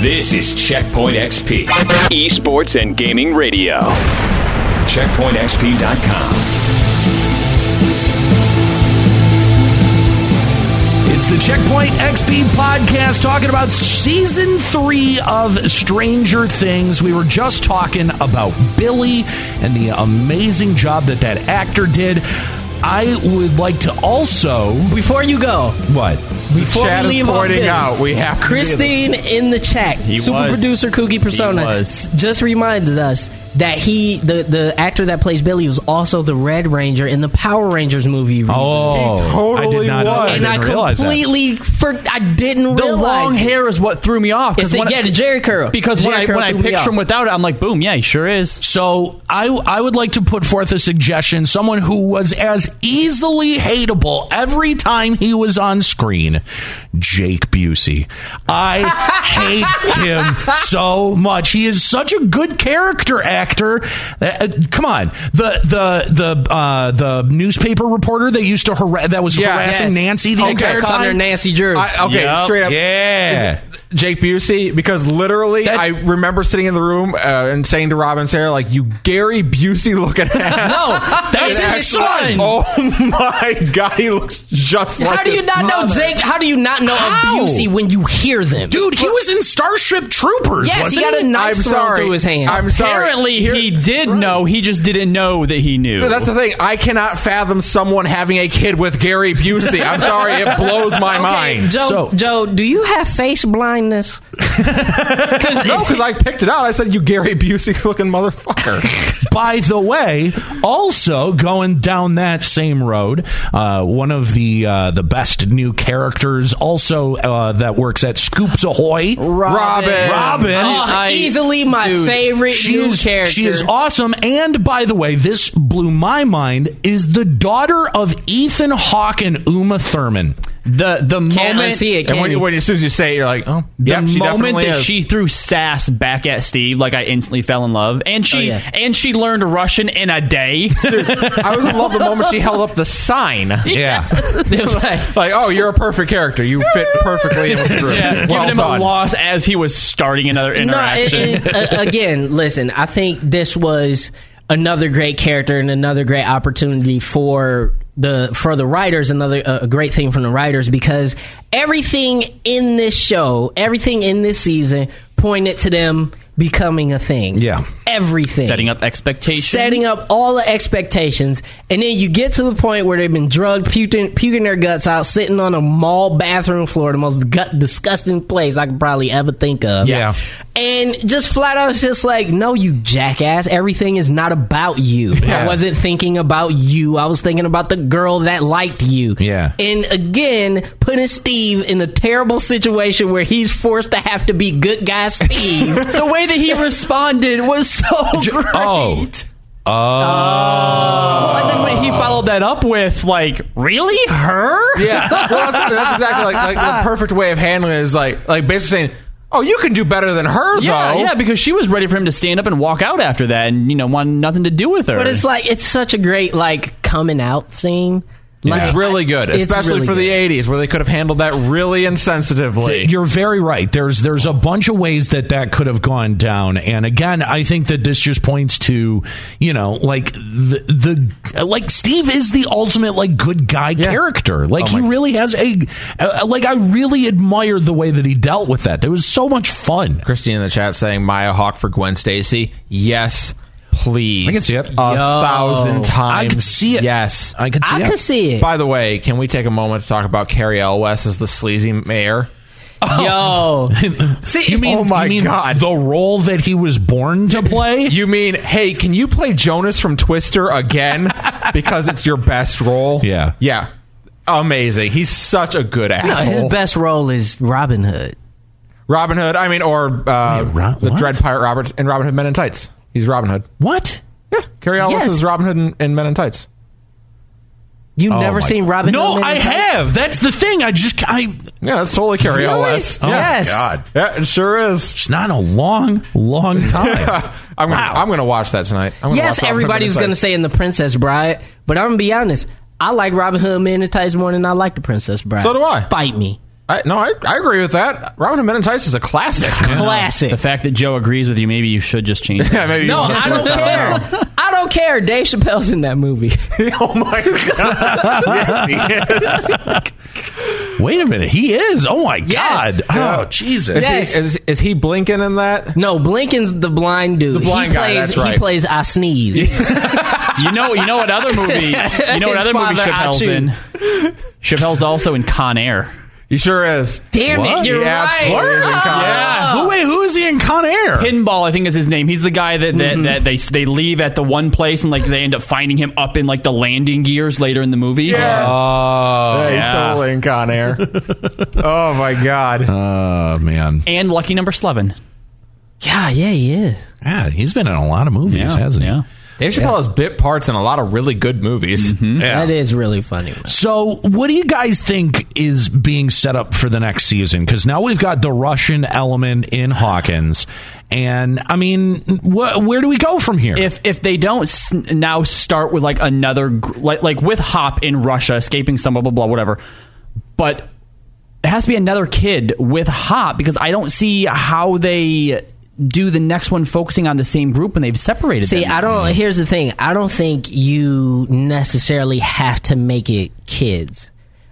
S2: This is Checkpoint XP, esports and gaming radio. CheckpointXP.com.
S4: It's the Checkpoint XP podcast talking about season three of Stranger Things. We were just talking about Billy and the amazing job that that actor did. I would like to also.
S5: Before you go,
S4: What?
S5: before
S7: Chad
S5: we
S7: is
S5: leave on
S7: pointing
S5: Billy,
S7: out we have to
S5: Christine in the chat, super
S6: was.
S5: producer Kooky
S6: He
S5: persona,
S6: was.
S5: s- just reminded us that he, the the actor that plays Billy, was also the Red Ranger in the Power Rangers movie.
S4: Oh, I did
S7: totally
S4: not,
S7: was.
S4: I
S5: and
S4: didn't
S5: I,
S4: realize that.
S5: completely for I didn't
S6: the
S5: realize
S6: long
S5: it.
S6: hair is what threw me off
S5: It's the,
S6: when I-
S5: yeah, the Jerry curl.
S6: because
S5: The
S6: when I,
S5: Jerry
S6: when
S5: curl
S6: I
S5: threw me
S6: picture him
S5: off.
S6: without it, I'm like, boom, yeah, he sure is.
S4: So I I would like to put forth a suggestion. Someone who was as easily hateable every time he was on screen, Jake Busey. I hate him so much. He is such a good character actor. Uh, uh, come on, the the the uh, the newspaper reporter that used to hara- that was
S7: Yeah.
S4: harassing
S7: Yes.
S4: Nancy the
S7: Okay.
S4: entire
S5: Called her
S4: time.
S5: Nancy Drew.
S7: I, okay,
S6: Yep.
S7: straight up.
S4: Yeah,
S7: Jake Busey because literally I remember sitting in the room uh, and saying to Rob and Sarah like, "You Gary Busey looking ass."
S6: No, that's
S7: And
S6: his
S7: it's like,
S6: son.
S7: Oh my god, he looks just like.
S5: How do you
S7: his
S5: not know
S7: mother.
S5: Jake? How do you not know
S4: How?
S5: of Busey when you hear them?
S4: Dude, he was in Starship Troopers,
S5: Yes,
S4: wasn't
S5: he got a knife
S7: I'm
S5: thrown
S7: sorry.
S5: through his hand.
S7: I'm sorry.
S6: Apparently, he did know. He just didn't know that he knew.
S7: But that's the thing. I cannot fathom someone having a kid with Gary Busey. I'm sorry, it blows my mind.
S5: Joe,
S4: So-
S5: Joe, do you have face blindness?
S7: No, because I picked it out. I said, "You Gary Busey looking motherfucker."
S4: By the way, also going down that same road, uh, one of the uh, the best new characters also uh, that works at Scoops Ahoy,
S7: Robin.
S4: Robin.
S5: Oh, easily my favorite
S4: She
S5: new
S4: is,
S5: character.
S4: she is awesome. And by the way, this blew my mind. Is the daughter of Ethan Hawke and Uma Thurman?
S6: the the
S5: Can't
S6: moment
S5: unsee it.
S7: And
S5: Can
S7: when,
S5: you?
S7: you- when as soon as you say it, you're like, "Oh,
S6: The
S7: yep, she
S6: moment
S7: definitely
S6: that
S7: is."
S6: she threw sass back at Steve, like I instantly fell in love, and she
S5: yeah.
S6: and she learned Russian in a day.
S7: I was in love the moment she held up the sign.
S4: Yeah,
S5: It was like,
S7: Like, oh, you're a perfect character. You fit perfectly in with the group.
S6: Giving
S7: well
S6: him
S7: done.
S6: a loss as he was starting another interaction.
S5: No, it- it- a- again, listen, I think this was another great character and another great opportunity for the for the writers another a a great thing from the writers because everything in this show everything in this season pointed to them becoming a thing
S4: Yeah.
S5: everything
S6: setting up expectations.
S5: setting up all the expectations, and then you get to the point where they've been drugged, puking, puking their guts out, sitting on a mall bathroom floor, the most gut disgusting place I could probably ever think of.
S4: Yeah.
S5: and just flat out, it's just like, no, you jackass. Everything is not about you. I wasn't thinking about you. I was thinking about the girl that liked you.
S4: Yeah.
S5: and again, putting Steve in a terrible situation where he's forced to have to be good guy Steve.
S6: The way that he responded was so great.
S4: oh.
S6: Well, Oh. and then when he followed that up with like, really her?
S7: Yeah, well, that's, that's exactly like, like the perfect way of handling it is like like basically saying, "Oh, you can do better than her,
S6: Yeah,
S7: though."
S6: yeah, because she was ready for him to stand up and walk out after that, and you know, wanted nothing to do with her.
S5: But it's like it's such a great like coming out scene. Like,
S7: It's really good,
S5: It's
S7: especially
S5: really
S7: for the
S5: good.
S7: '80s, where they could have handled that really insensitively.
S4: You're very right. There's there's a bunch of ways that that could have gone down. And again, I think that this just points to you know like the the like Steve is the ultimate like good guy character. Like he really has a uh, like I really admired the way that he dealt with that. There was so much fun.
S7: Christine in the chat saying Maya Hawk for Gwen Stacy. Yes, please.
S4: I can see it.
S7: a thousand
S4: I
S7: times.
S4: could see it.
S7: Yes,
S4: I could see.
S5: I
S4: it.
S5: could see it.
S7: By the way, can we take a moment to talk about Carrie Elwes as the sleazy mayor?
S5: Yo, see,
S4: You mean,
S7: Oh my
S4: you mean
S7: God.
S4: the role that he was born to play?
S7: You mean, hey, can you play Jonas from Twister again because it's your best role?
S4: Yeah.
S7: yeah, amazing. He's such a good
S5: no,
S7: asshole.
S5: his best role is Robin Hood.
S7: Robin Hood. I mean, or uh,
S4: Wait, Ro-
S7: the
S4: what?
S7: Dread Pirate Roberts and Robin Hood Men in Tights. He's Robin Hood.
S4: what?
S7: Yeah, Carrie Elwes
S5: Yes.
S7: is Robin Hood in, in Men in Tights.
S5: You
S4: Oh
S5: never
S4: my-
S5: seen Robin
S4: No,
S5: Hood? Man
S4: I
S5: in Tights?
S4: have. That's the thing. I just I
S7: Yeah, that's totally Carrie Elwes.
S4: Oh,
S7: yeah.
S5: Yes.
S4: God.
S7: yeah, it sure is.
S4: It's not a long, long time.
S7: I'm gonna,
S4: Wow.
S7: I'm gonna watch that tonight. I'm gonna watch
S5: Yes,
S7: Robin Hood
S5: everybody
S7: Men in
S5: was going to
S7: Tights.
S5: say in The Princess Bride, but I'm going to be honest. I like Robin Hood Men in Tights more than I like The Princess Bride.
S7: So do I.
S5: Fight me.
S7: I, no, I, I agree with that. Robin Hood Men in Tights is a classic.
S5: Classic.
S6: the fact that Joe agrees with you, maybe you should just change. it.
S7: Yeah, maybe you
S5: No,
S7: wanna
S5: I
S7: switch
S5: don't
S7: that around.
S5: care. I don't care. Dave Chappelle's in that movie.
S7: oh my god! Yes, he is.
S4: Wait a minute. He is. Oh my
S5: Yes.
S4: God. Oh Jesus.
S7: Is,
S5: Yes.
S7: he, is, is he blinking in that?
S5: No, Blinken's the blind dude. The
S7: blind
S5: he
S7: guy,
S5: plays,
S7: that's
S5: He
S7: right.
S5: plays I Sneeze.
S6: You know, you know what other movie? You know what
S5: His
S6: other movie
S5: father,
S6: Chappelle's
S5: Achu.
S6: in? Chappelle's also in Con Air.
S7: He sure is.
S5: Damn
S4: What?
S5: it, you're
S7: Yeah,
S5: right.
S7: absolutely is in Con Air.
S6: Yeah.
S4: Who, wait, who is he in Con Air?
S6: Pinball, I think is his name. He's the guy that that, that they they leave at the one place and like they end up finding him up in like the landing gears later in the movie.
S4: Oh,
S7: Yeah, he's
S6: yeah.
S7: totally in Con Air. oh my god!
S4: Oh man.
S6: And Lucky Number Eleven.
S5: Yeah, yeah, he is.
S4: Yeah, he's been in a lot of movies, hasn't he?
S6: yeah.
S7: Dave Chappelle has bit parts in a lot of really good movies.
S5: That is really funny. man.
S4: So, what do you guys think is being set up for the next season? Because now we've got the Russian element in Hawkins, and I mean, wh- where do we go from here?
S6: if if they don't s- now start with like another gr- like like with Hop in Russia escaping some blah blah blah whatever, but it has to be another kid with Hop because I don't see how they do the next one focusing on the same group and they've separated.
S5: See,
S6: them.
S5: I don't. Here's the thing. I don't think you necessarily have to make it kids.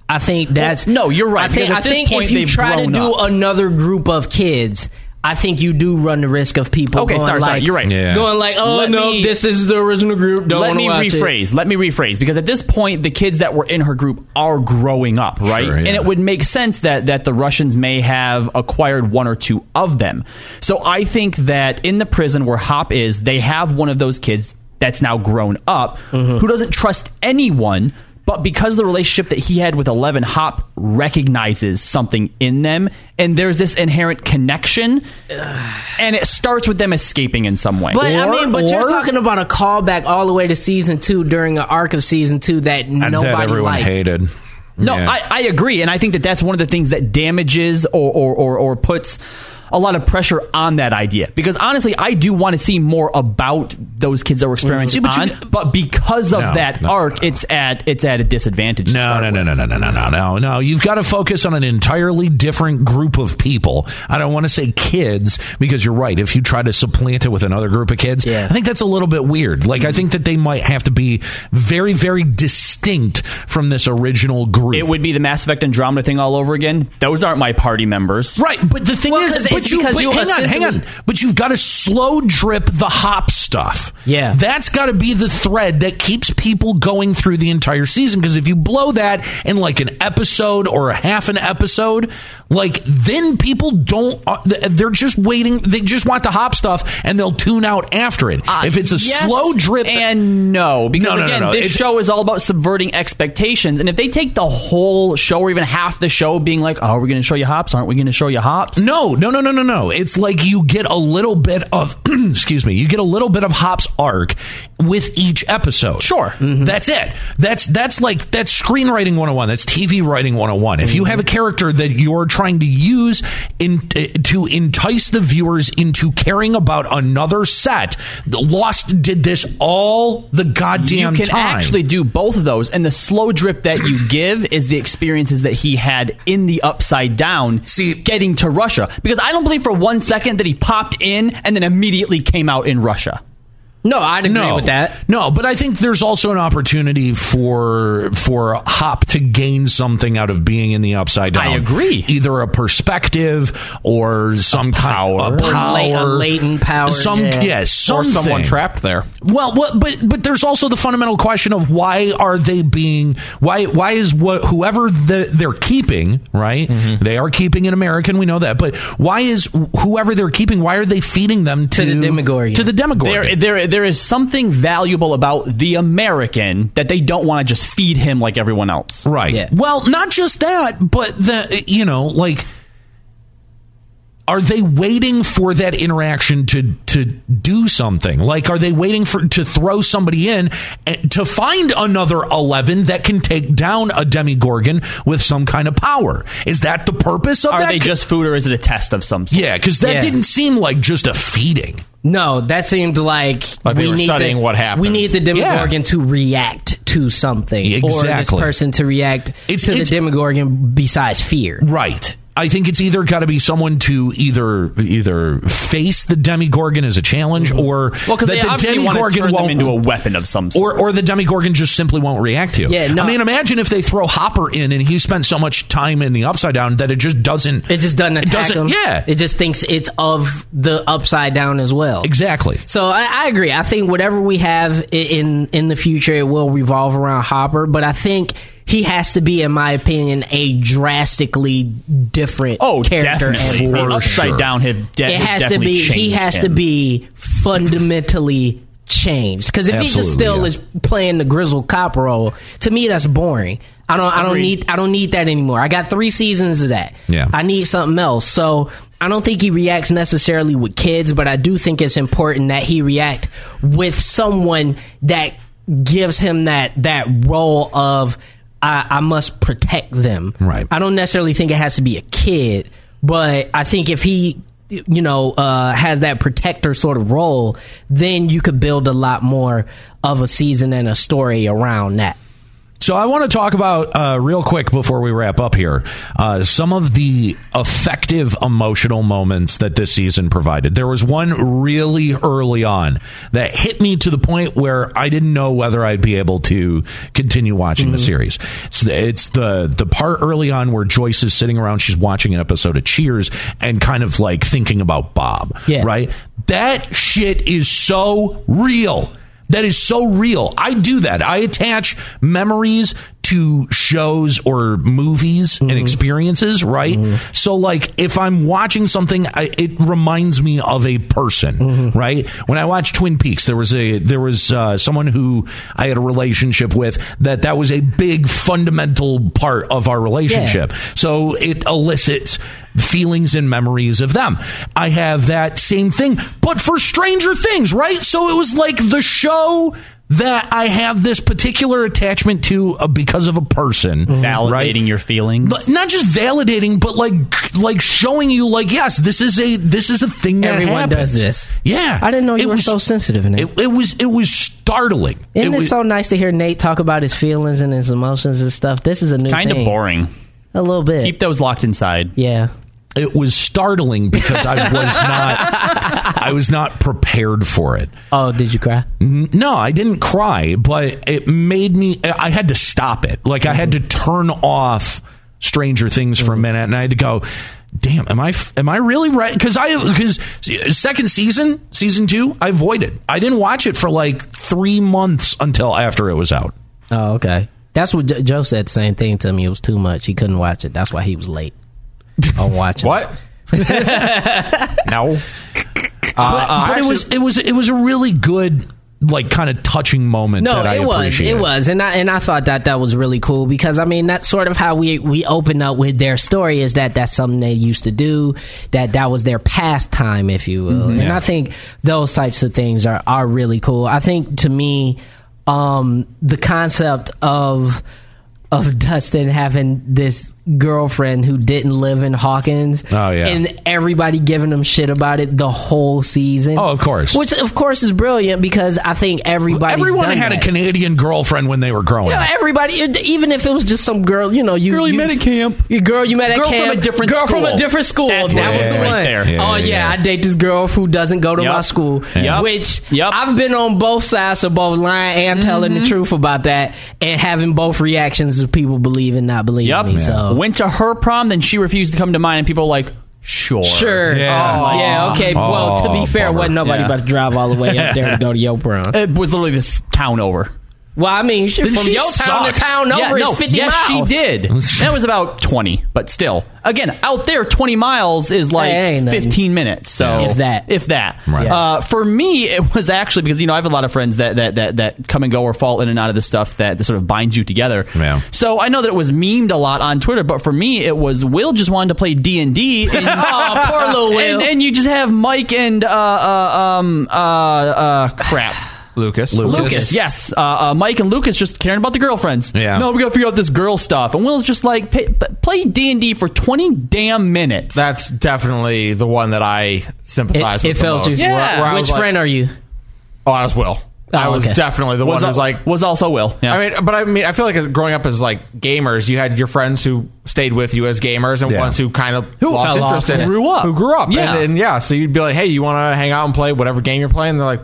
S5: I think that's
S6: no, you're right,
S5: I think,
S6: because at
S5: I
S6: this
S5: think
S6: point
S5: if you
S6: they've
S5: try to
S6: grown
S5: do
S6: up.
S5: another group of kids, I think you do run the risk of people.
S6: Okay,
S5: going
S6: sorry,
S5: like,
S6: sorry, you're right.
S7: Yeah.
S5: Going like, oh
S6: Let
S5: no,
S6: me-
S5: this is the original group. Don't
S6: let
S5: wanna
S6: me
S5: watch it."
S6: rephrase. Let me rephrase because at this point, the kids that were in her group are growing up, right?
S4: Sure, yeah.
S6: And it would make sense that that the Russians may have acquired one or two of them. So I think that in the prison where Hop is, they have one of those kids that's now grown up
S5: Mm-hmm.
S6: who doesn't trust anyone. But because the relationship that he had with Eleven, Hop recognizes something in them, and there's this inherent connection, and it starts with them escaping in some way.
S5: But I
S4: Or-
S5: mean, but
S4: or-
S5: you're talking about a callback all the way to season two during an arc of season two that
S4: And
S5: nobody
S4: that everyone
S5: liked.
S4: hated.
S6: No,
S4: Yeah.
S6: I, I agree, and I think that that's one of the things that damages or or, or or puts a lot of pressure on that idea. Because honestly, I do want to see more about those kids that were experimenting
S4: Mm-hmm. but you-
S6: on, but because of
S4: No,
S6: that
S4: no,
S6: arc,
S4: no.
S6: it's at it's at a disadvantage. to
S4: No,
S6: start
S4: no,
S6: with.
S4: no, no, no, no, no, no, no, no. You've got to focus on an entirely different group of people. I don't want to say kids because you're right. If you try to supplant it with another group of kids,
S5: Yeah.
S4: I think that's a little bit weird. Like,
S6: Mm-hmm.
S4: I think that they might have to be very, very distinct from this original group.
S6: It would be the Mass Effect Andromeda thing all over again. Those aren't my party members.
S4: Right, but the thing
S5: Well,
S4: is,
S5: 'cause
S4: but
S5: it's
S4: you,
S5: because
S4: but
S5: you
S4: hang on, hang on.
S5: essentially-
S4: But you've got to slow drip the hop stuff.
S5: Yeah.
S4: that's got to be the thread that keeps people going through the entire season. Because if you blow that in like an episode or a half an episode, like then people don't. Uh, th- they're just waiting. They just want the hop stuff, and they'll tune out after it.
S5: Ah,
S4: if it's a
S6: Yes
S4: slow drip,
S6: and no because
S4: No, no, no,
S6: again
S4: no.
S6: this
S4: It's-
S6: show is all about subverting expectations and if they take the whole show or even half the show being like oh we're going to show you hops aren't we going to show you hops
S4: No, no, no, no, no, no. It's like you get a little bit of, excuse me, you get a little bit of Hop's arc with each episode. Mm-hmm.
S6: Sure.
S4: that's it. That's that's like that's screenwriting 101. That's TV writing 101. If
S6: Mm-hmm.
S4: you have a character that you're trying to use in eh, to entice the viewers into caring about another set, the Lost did this all the goddamn
S6: you can
S4: time.
S6: actually do both of those and the slow drip that you give is the experiences that he had in the upside down
S4: See-
S6: getting to russia because i don't believe for one second that he popped in and then immediately came out in russia
S5: No, I'd agree
S4: no,
S5: with that.
S4: No, but I think there's also an opportunity for for Hop to gain something out of being in the upside down.
S6: I agree.
S4: Either a perspective or some power, kind of a
S5: Or la- a
S4: power,
S5: latent power,
S4: Some
S5: yeah.
S4: yes,
S7: or
S4: something.
S7: someone trapped there.
S4: Well, what, but but there's also the fundamental question of why are they being why why is what whoever the, they're keeping right they are keeping an American we know that but why is whoever they're keeping why are they feeding them to,
S5: To the Demogorgon.
S4: to the Demogorgon
S6: there, there, there is something valuable about the American that they don't want to just feed him like everyone else.
S4: Right.
S5: Yeah.
S4: Well, not just that, but the you know, like are they waiting for that interaction to to do something? Like are they waiting for to throw somebody in and, to find another 11 that can take down a demigorgon with some kind of power? Is that the purpose of
S6: Are
S4: that?
S6: they just food or is it a test of some sort?
S4: Yeah, cuz that
S5: Yeah.
S4: didn't seem like just a feeding.
S5: No, that seemed like,
S7: Like they
S5: we
S7: were
S5: need
S7: studying
S5: the,
S7: what happened.
S5: We need the Demogorgon to react to something, or this
S4: Exactly.
S5: person to react
S4: It's-
S5: to
S4: it's-
S5: the Demogorgon besides fear.
S4: Right. I think it's either got to be someone to either either face the demigorgon as a challenge or
S6: Mm-hmm. Well, because
S4: that
S6: they
S4: the
S6: obviously want to
S4: demigorgon
S6: turn them
S4: won't
S6: into a weapon of some sort.
S4: or or the demigorgon just simply won't react to.
S5: Yeah, no.
S4: I mean, imagine if they throw Hopper in and he spent so much time in the Upside Down that it just doesn't.
S5: It just doesn't
S4: It
S5: attack
S4: doesn't-
S5: them.
S4: yeah.
S5: it just thinks it's of the upside down as well.
S4: exactly.
S5: So I, I agree. I think whatever we have i- in in the future, it will revolve around Hopper. But I think he has to be, in my opinion, a drastically different
S6: oh,
S5: character.
S6: definitely.
S5: and
S6: The
S5: person.
S6: upside
S4: sure.
S6: down have de-
S5: it
S6: have
S5: has to
S6: definitely
S5: be he
S6: changed
S5: has to
S6: him.
S5: be fundamentally changed because if he just
S4: Absolutely,
S5: still
S4: yeah.
S5: is playing the grizzled cop role to me that's boring i don't i don't
S6: Agreed.
S5: need i don't need that anymore i got three seasons of that
S4: Yeah.
S5: i need something else so i don't think he reacts necessarily with kids but i do think it's important that he react with someone that gives him that that role of I, I must protect them.
S4: Right.
S5: I don't necessarily think it has to be a kid, but I think if he, you know, uh, has that protector sort of role, then you could build a lot more of a season and a story around that.
S4: So I want to talk about uh, real quick before we wrap up here uh, some of the effective emotional moments that this season provided. There was one really early on that hit me to the point where I didn't know whether I'd be able to continue watching the series. It's the, it's the the part early on where Joyce is sitting around, she's watching an episode of Cheers and kind of like thinking about Bob.
S5: Yeah.
S4: Right. That shit is so real. That is so real. I do that. I attach memories to shows or movies and experiences, right? So, like, if I'm watching something, I, it reminds me of a person, right? When I watched Twin Peaks, there was a there was uh, someone who I had a relationship with that that was a big fundamental part of our relationship. So it elicits feelings and memories of them. I have that same thing, but for Stranger Things, right? So it was like the show that I have this particular attachment to uh, because of a person,
S6: Validating
S4: right?
S6: your feelings.
S4: But not just validating, but like like showing you, like yes, this is a this is a thing that
S5: Everyone
S4: happens.
S5: does this.
S4: Yeah,
S5: I didn't know you
S4: It
S5: were
S4: was-
S5: so sensitive in it.
S4: It, it was it was startling.
S5: Isn't it,
S4: was,
S5: so nice to hear Nate talk about his feelings and his emotions and stuff? This is a new
S6: kind of
S5: thing.
S6: boring.
S5: A little bit.
S6: Keep those locked inside.
S5: yeah.
S4: it was startling because I was not I was not prepared for it.
S5: Oh, did you cry?
S4: No, I didn't cry, but it made me. I had to stop it. Like I had to turn off Stranger Things for a minute, and I had to go. Damn, am I f- am I really right? Because I because second season season two I avoided. I didn't watch it for like three months until after it was out.
S5: Oh, okay. That's what Jo- Joe said. The same thing to me. It was too much. He couldn't watch it. That's why he was late on watching. it.
S7: What? no. Uh, I
S4: But it
S7: actually-
S4: was it was it was a really good like kind of touching moment.
S5: No,
S4: that I
S5: it was.
S4: appreciated.
S5: It was. And I and I thought that that was really cool because I mean that's sort of how we we open up with their story is that that's something they used to do that that was their pastime if you will.
S4: Mm-hmm.
S5: And I think those types of things are are really cool. I think to me um the concept of of Dustin having this girlfriend who didn't live in Hawkins
S4: Oh, yeah.
S5: and everybody giving him shit about it the whole season.
S4: Oh, of course.
S5: Which of course is brilliant because I think everybody
S4: Everyone had a Canadian girlfriend when they were growing. up.
S5: yeah, everybody, even if it was just some girl, you know, you
S6: Girl you
S5: you,
S6: met at camp.
S5: Your girl you met at
S6: Girl from
S5: camp,
S6: a different
S5: girl from
S6: school.
S5: a different school.
S6: That's
S5: that
S6: what
S5: was
S6: it
S5: the
S6: is right
S5: one.
S6: there.
S5: oh yeah, I date this girl who doesn't go to my
S6: Yep.
S5: school.
S6: Yep.
S5: Which
S6: Yep.
S5: I've been on both sides of both lying
S6: Mm-hmm.
S5: and telling the truth about that, and having both reactions of people believe and not believe
S6: Yep.
S5: me. So
S6: Went to her prom, then she refused to come to mine, and people were like, sure.
S5: sure,
S4: Yeah.
S5: Oh, yeah, okay. well, to
S4: Oh,
S5: be fair,
S4: bummer.
S5: wasn't nobody
S6: Yeah.
S5: about to drive all the way up there to go to your prom.
S6: It was literally this town over.
S5: Well, I mean, shit,
S4: Then
S5: from
S4: she
S5: your town
S4: sucks.
S5: to town over
S6: no,
S5: is fifty
S6: yes,
S5: miles.
S6: she did. that was about 20, but still. Again, out there, 20 miles is like
S5: Hey, ain't nothing.
S6: 15 minutes. So
S5: If that.
S6: If that.
S4: Right.
S6: Uh, for me, it was actually because, you know, I have a lot of friends that, that, that, that come and go or fall in and out of the stuff that, that sort of binds you together.
S4: Yeah.
S6: So I know that it was memed a lot on Twitter, but for me, it was Will just wanted to play D&D. And, oh,
S5: poor little Will.
S6: And, and you just have Mike and, uh, uh, um, uh, uh, crap.
S7: Lucas.
S6: Lucas. Yes, uh, uh, Mike and Lucas just caring about the girlfriends.
S4: Yeah.
S6: No, we got to figure out this girl stuff, and Will's just like "Pa- p- play D and D for twenty damn minutes.
S7: That's definitely the one that I sympathize
S5: It, it
S7: with.
S5: felt
S7: the most.
S5: you.
S6: Yeah.
S7: Where- where I was
S5: Which
S7: like-
S5: friend are you?
S7: Oh, I was Will. I was
S5: okay.
S7: definitely the
S6: was
S7: one
S6: al-
S7: who's like.
S6: was also Will. Yeah.
S7: I mean, but I mean, I feel like as- growing up as like gamers, you had your friends who stayed with you as gamers, and
S4: Yeah.
S7: ones who kind of
S6: Who
S7: lost
S6: fell
S7: interest
S6: off
S7: in
S6: and
S7: it.
S6: grew up.
S7: who grew up,
S6: Yeah.
S7: and, and yeah. So you'd be like, "Hey, you want to hang out and play whatever game you're playing?" And they're like,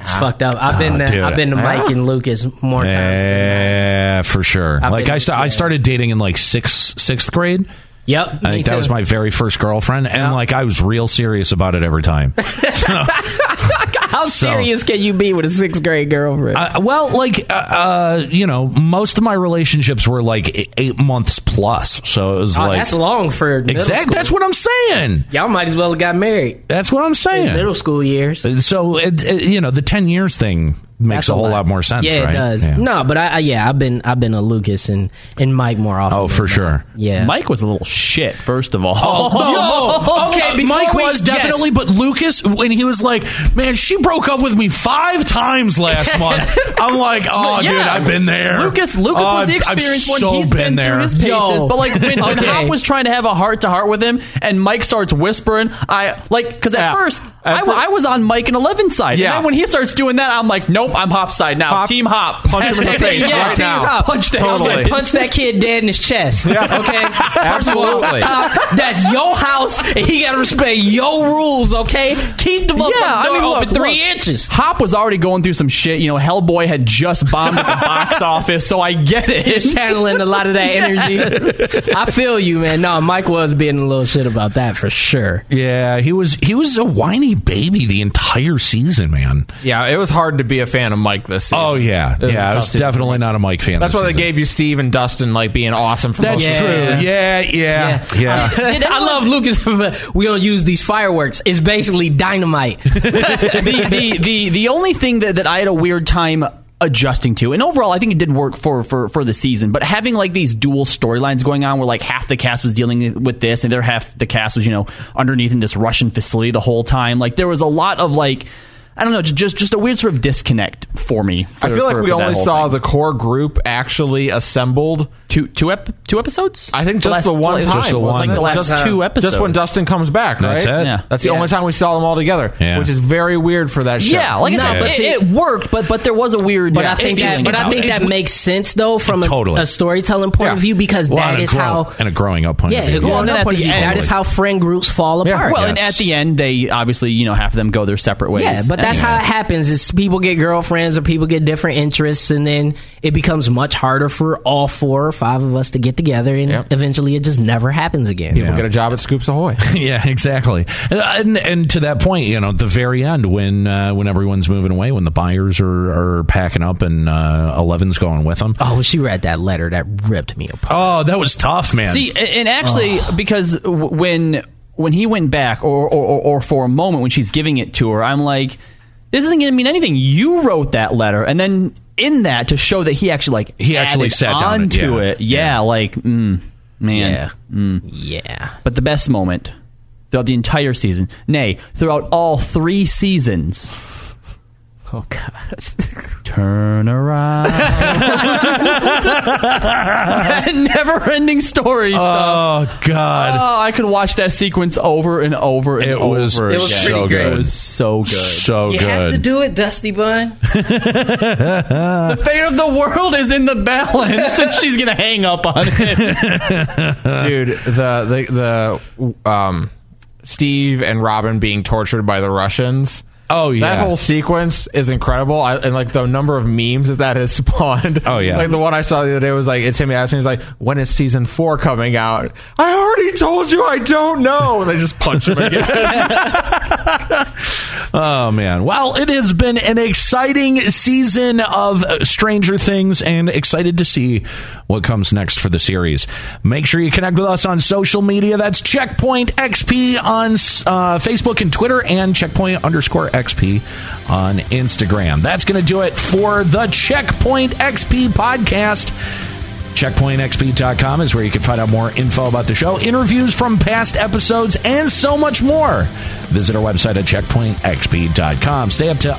S5: It's fucked up. I've been
S4: dude.
S5: to, I've been to Mike and Lucas more times. than
S4: Yeah, for sure. like
S5: been-
S4: I, sta- I
S5: yeah.
S4: started dating in like sixth sixth grade.
S5: Yep.
S4: I think that was my very first girlfriend, and like I was real serious about it every time.
S5: How serious can you be with a sixth grade girlfriend?
S4: Uh, well, like uh, uh, you know, most of my relationships were like e- eight months plus, so it was
S5: Oh,
S4: like
S5: that's long for middle
S4: exact.
S5: school.
S4: That's what I'm saying.
S5: Y'all might as well have got married
S4: That's what I'm
S5: in middle
S4: saying. Uh,
S5: school years.
S4: So it, it- you know, the ten years thing makes
S5: That's
S4: a whole lot. more sense.
S5: Yeah,
S4: right?
S5: it does.
S4: Yeah.
S5: No, but I, I yeah, I've been I've been a Lucas and, and Mike more often.
S4: Oh,
S5: than
S4: for
S5: not.
S4: sure.
S5: Yeah.
S6: Mike was a little shit. First of all,
S4: Oh,
S5: okay, before
S4: Mike
S5: we-
S4: was definitely, but Lucas, when he was like, "Man, she broke up with me five times last month," I'm like, "Oh,
S6: Yeah.
S4: dude, I've been there."
S6: Lucas, Lucas
S4: Oh,
S6: was the
S4: I've-
S6: experience
S4: I've
S6: when
S4: so
S6: he's
S4: been
S6: been,
S4: there.
S6: through his paces.
S5: Yo.
S6: But like when, when
S5: Okay.
S6: Hop was trying to have a heart to heart with him, and Mike starts whispering, I like because at
S7: Yeah.
S6: first
S7: At
S6: I, w-
S7: fir-
S6: I was on Mike and Eleven side.
S7: Yeah.
S6: And then when he starts doing that, I'm like, nope, Nope, I'm Hop's side now.
S7: Hop,
S6: Team Hop.
S7: punch him in the
S6: Hashtag
S7: face
S6: Team
S7: right
S6: Hop.
S7: now.
S6: Team Hop. Punch that.
S7: Totally.
S6: Hop's
S5: Say,
S6: side.
S5: punch that kid dead in his chest. Okay, First of all,
S7: Absolutely.
S5: Pop, that's your house, and he gotta respect your rules. Okay, keep the motherfucking
S6: Yeah, I
S5: door
S6: mean,
S5: open
S6: look,
S5: three
S6: look.
S5: inches.
S6: Hop was already going through some shit. You know, Hellboy had just bombed at the box office, so I get
S5: He's
S6: it.
S5: channeling a lot of that energy. I feel you, man. No, Mike was being a little shit about that for sure.
S4: Yeah, he was he was a whiny baby the entire season, man.
S7: Yeah, it was hard to be a fan of Mike this season.
S4: Oh yeah,
S7: was a
S4: yeah. I
S7: tough
S4: was
S7: season.
S4: definitely not a Mike fan.
S7: That's
S4: this
S7: why they
S4: season.
S7: gave you Steve and Dustin like being awesome for
S4: That's
S7: most of the
S4: true.
S7: season.
S4: Yeah, yeah, yeah.
S5: I love Lucas, but we don't use these fireworks. It's basically dynamite.
S6: the, the, the, the only thing that, that I had a weird time adjusting to and overall i think it did work for for for the season but having like these dual storylines going on where like half the cast was dealing with this and the other half the cast was you know underneath in this russian facility the whole time like there was a lot of like i don't know j- just just a weird sort of disconnect for me for-
S7: I feel like
S6: for-
S7: we
S6: for that
S7: only
S6: whole
S7: saw
S6: thing.
S7: the core group actually assembled.
S6: two two ep- two episodes
S7: I think just
S6: last-
S7: the one time.
S6: just the
S7: wasn't
S6: one
S7: it?
S6: the last
S7: just
S6: two episodes
S7: Just when Dustin comes back, right?
S4: That's it. Yeah.
S7: That's the
S6: Yeah.
S7: only time we saw them all together,
S4: Yeah.
S7: which is very weird for that show.
S6: yeah like I said
S4: No,
S6: but
S5: but
S6: it, it worked but but there was a weird
S5: But
S6: yeah,
S5: I think
S4: it's-
S5: that, but
S4: it's-
S5: I think
S4: it's-
S5: that makes sense though from a,
S4: Totally.
S5: a storytelling point
S7: Yeah.
S5: of view because
S4: Well,
S5: that
S4: and a
S5: is
S4: grow-
S5: how
S4: and a growing up point
S5: yeah,
S4: of view.
S5: well,
S6: yeah.
S5: not
S6: At
S5: point
S6: the
S5: of view,
S6: end.
S5: that is how friend groups fall apart.
S6: well, and
S4: Yes.
S6: at the end, they obviously, you know, half of them go their separate ways.
S5: Yeah, but that's
S6: And-
S5: how it happens. Is people get girlfriends or people get different interests, and then it becomes much harder for all four or five of us to get together, and
S7: Yep.
S5: eventually it just never happens again.
S7: People get a job at Scoops Ahoy.
S4: yeah, exactly. And, and to that point, you know, at the very end when uh, when everyone's moving away, when the buyers are, are packing up and uh, Eleven's going with them.
S5: Oh, when she read that letter, that ripped me apart.
S4: Oh, that was tough, man.
S6: See, a- and actually,
S4: Ah.
S6: because w- when when he went back, or, or or or for a moment when she's giving it to her, I'm like, this isn't going to mean anything. You wrote that letter, and then in that to show that he actually like
S4: He actually
S6: added
S4: sat down and-
S6: onto
S4: yeah.
S6: it. Yeah, like mm, man.
S5: Yeah, yeah.
S6: But the best moment throughout the entire season, nay, throughout all three seasons.
S5: Oh God.
S6: Turn around. that never ending story stuff.
S4: oh God,
S6: Oh, I could watch that sequence over and over and
S4: it
S6: over.
S4: was,
S6: again.
S4: so good,
S6: It was so good.
S4: so
S5: Oh, You
S4: good.
S5: have to do it, Dusty Bun.
S6: the fate of the world is in the balance, and she's gonna hang up on it.
S7: dude the the the um steve and robin being tortured by the russians
S4: Oh, yeah.
S7: that whole sequence is incredible I, and like the number of memes that that has spawned
S4: Oh, yeah.
S7: like the one i saw the other day was like it's him asking he's like when is season four coming out i already told you i don't know and they just punch him again
S4: Oh man! Well, it has been an exciting season of uh, Stranger Things, and excited to see what comes next for the series. Make sure you connect with us on social media. That's Checkpoint XP on uh, Facebook and Twitter, and Checkpoint underscore XP on Instagram. That's going to do it for the Checkpoint XP podcast. CheckpointXP.com is where you can find out more info about the show, interviews from past episodes, and so much more. Visit our website at checkpointxp.com. Stay up to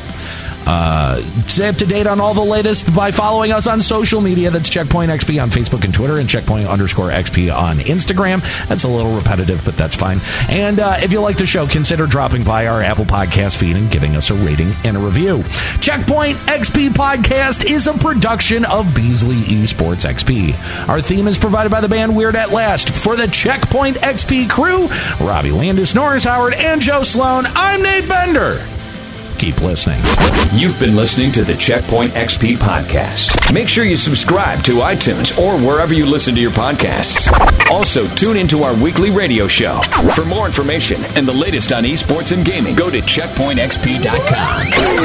S4: uh, stay up to date on all the latest by following us on social media. That's Checkpoint XP on Facebook and Twitter, and Checkpoint underscore XP on Instagram. That's a little repetitive, but that's fine. And uh, if you like the show, consider dropping by our Apple Podcast feed and giving us a rating and a review. Checkpoint XP Podcast is a production of Beasley Esports XP. Our theme is provided by the band Weird at Last. For the Checkpoint XP crew, Robbie Landis, Norris Howard, and Joe Sloan, I'm Nate Bender. Keep listening.
S2: You've been listening to the Checkpoint XP podcast. Make sure you subscribe to iTunes or wherever you listen to your podcasts. Also, tune into our weekly radio show. For more information and the latest on esports and gaming, go to checkpointxp.com.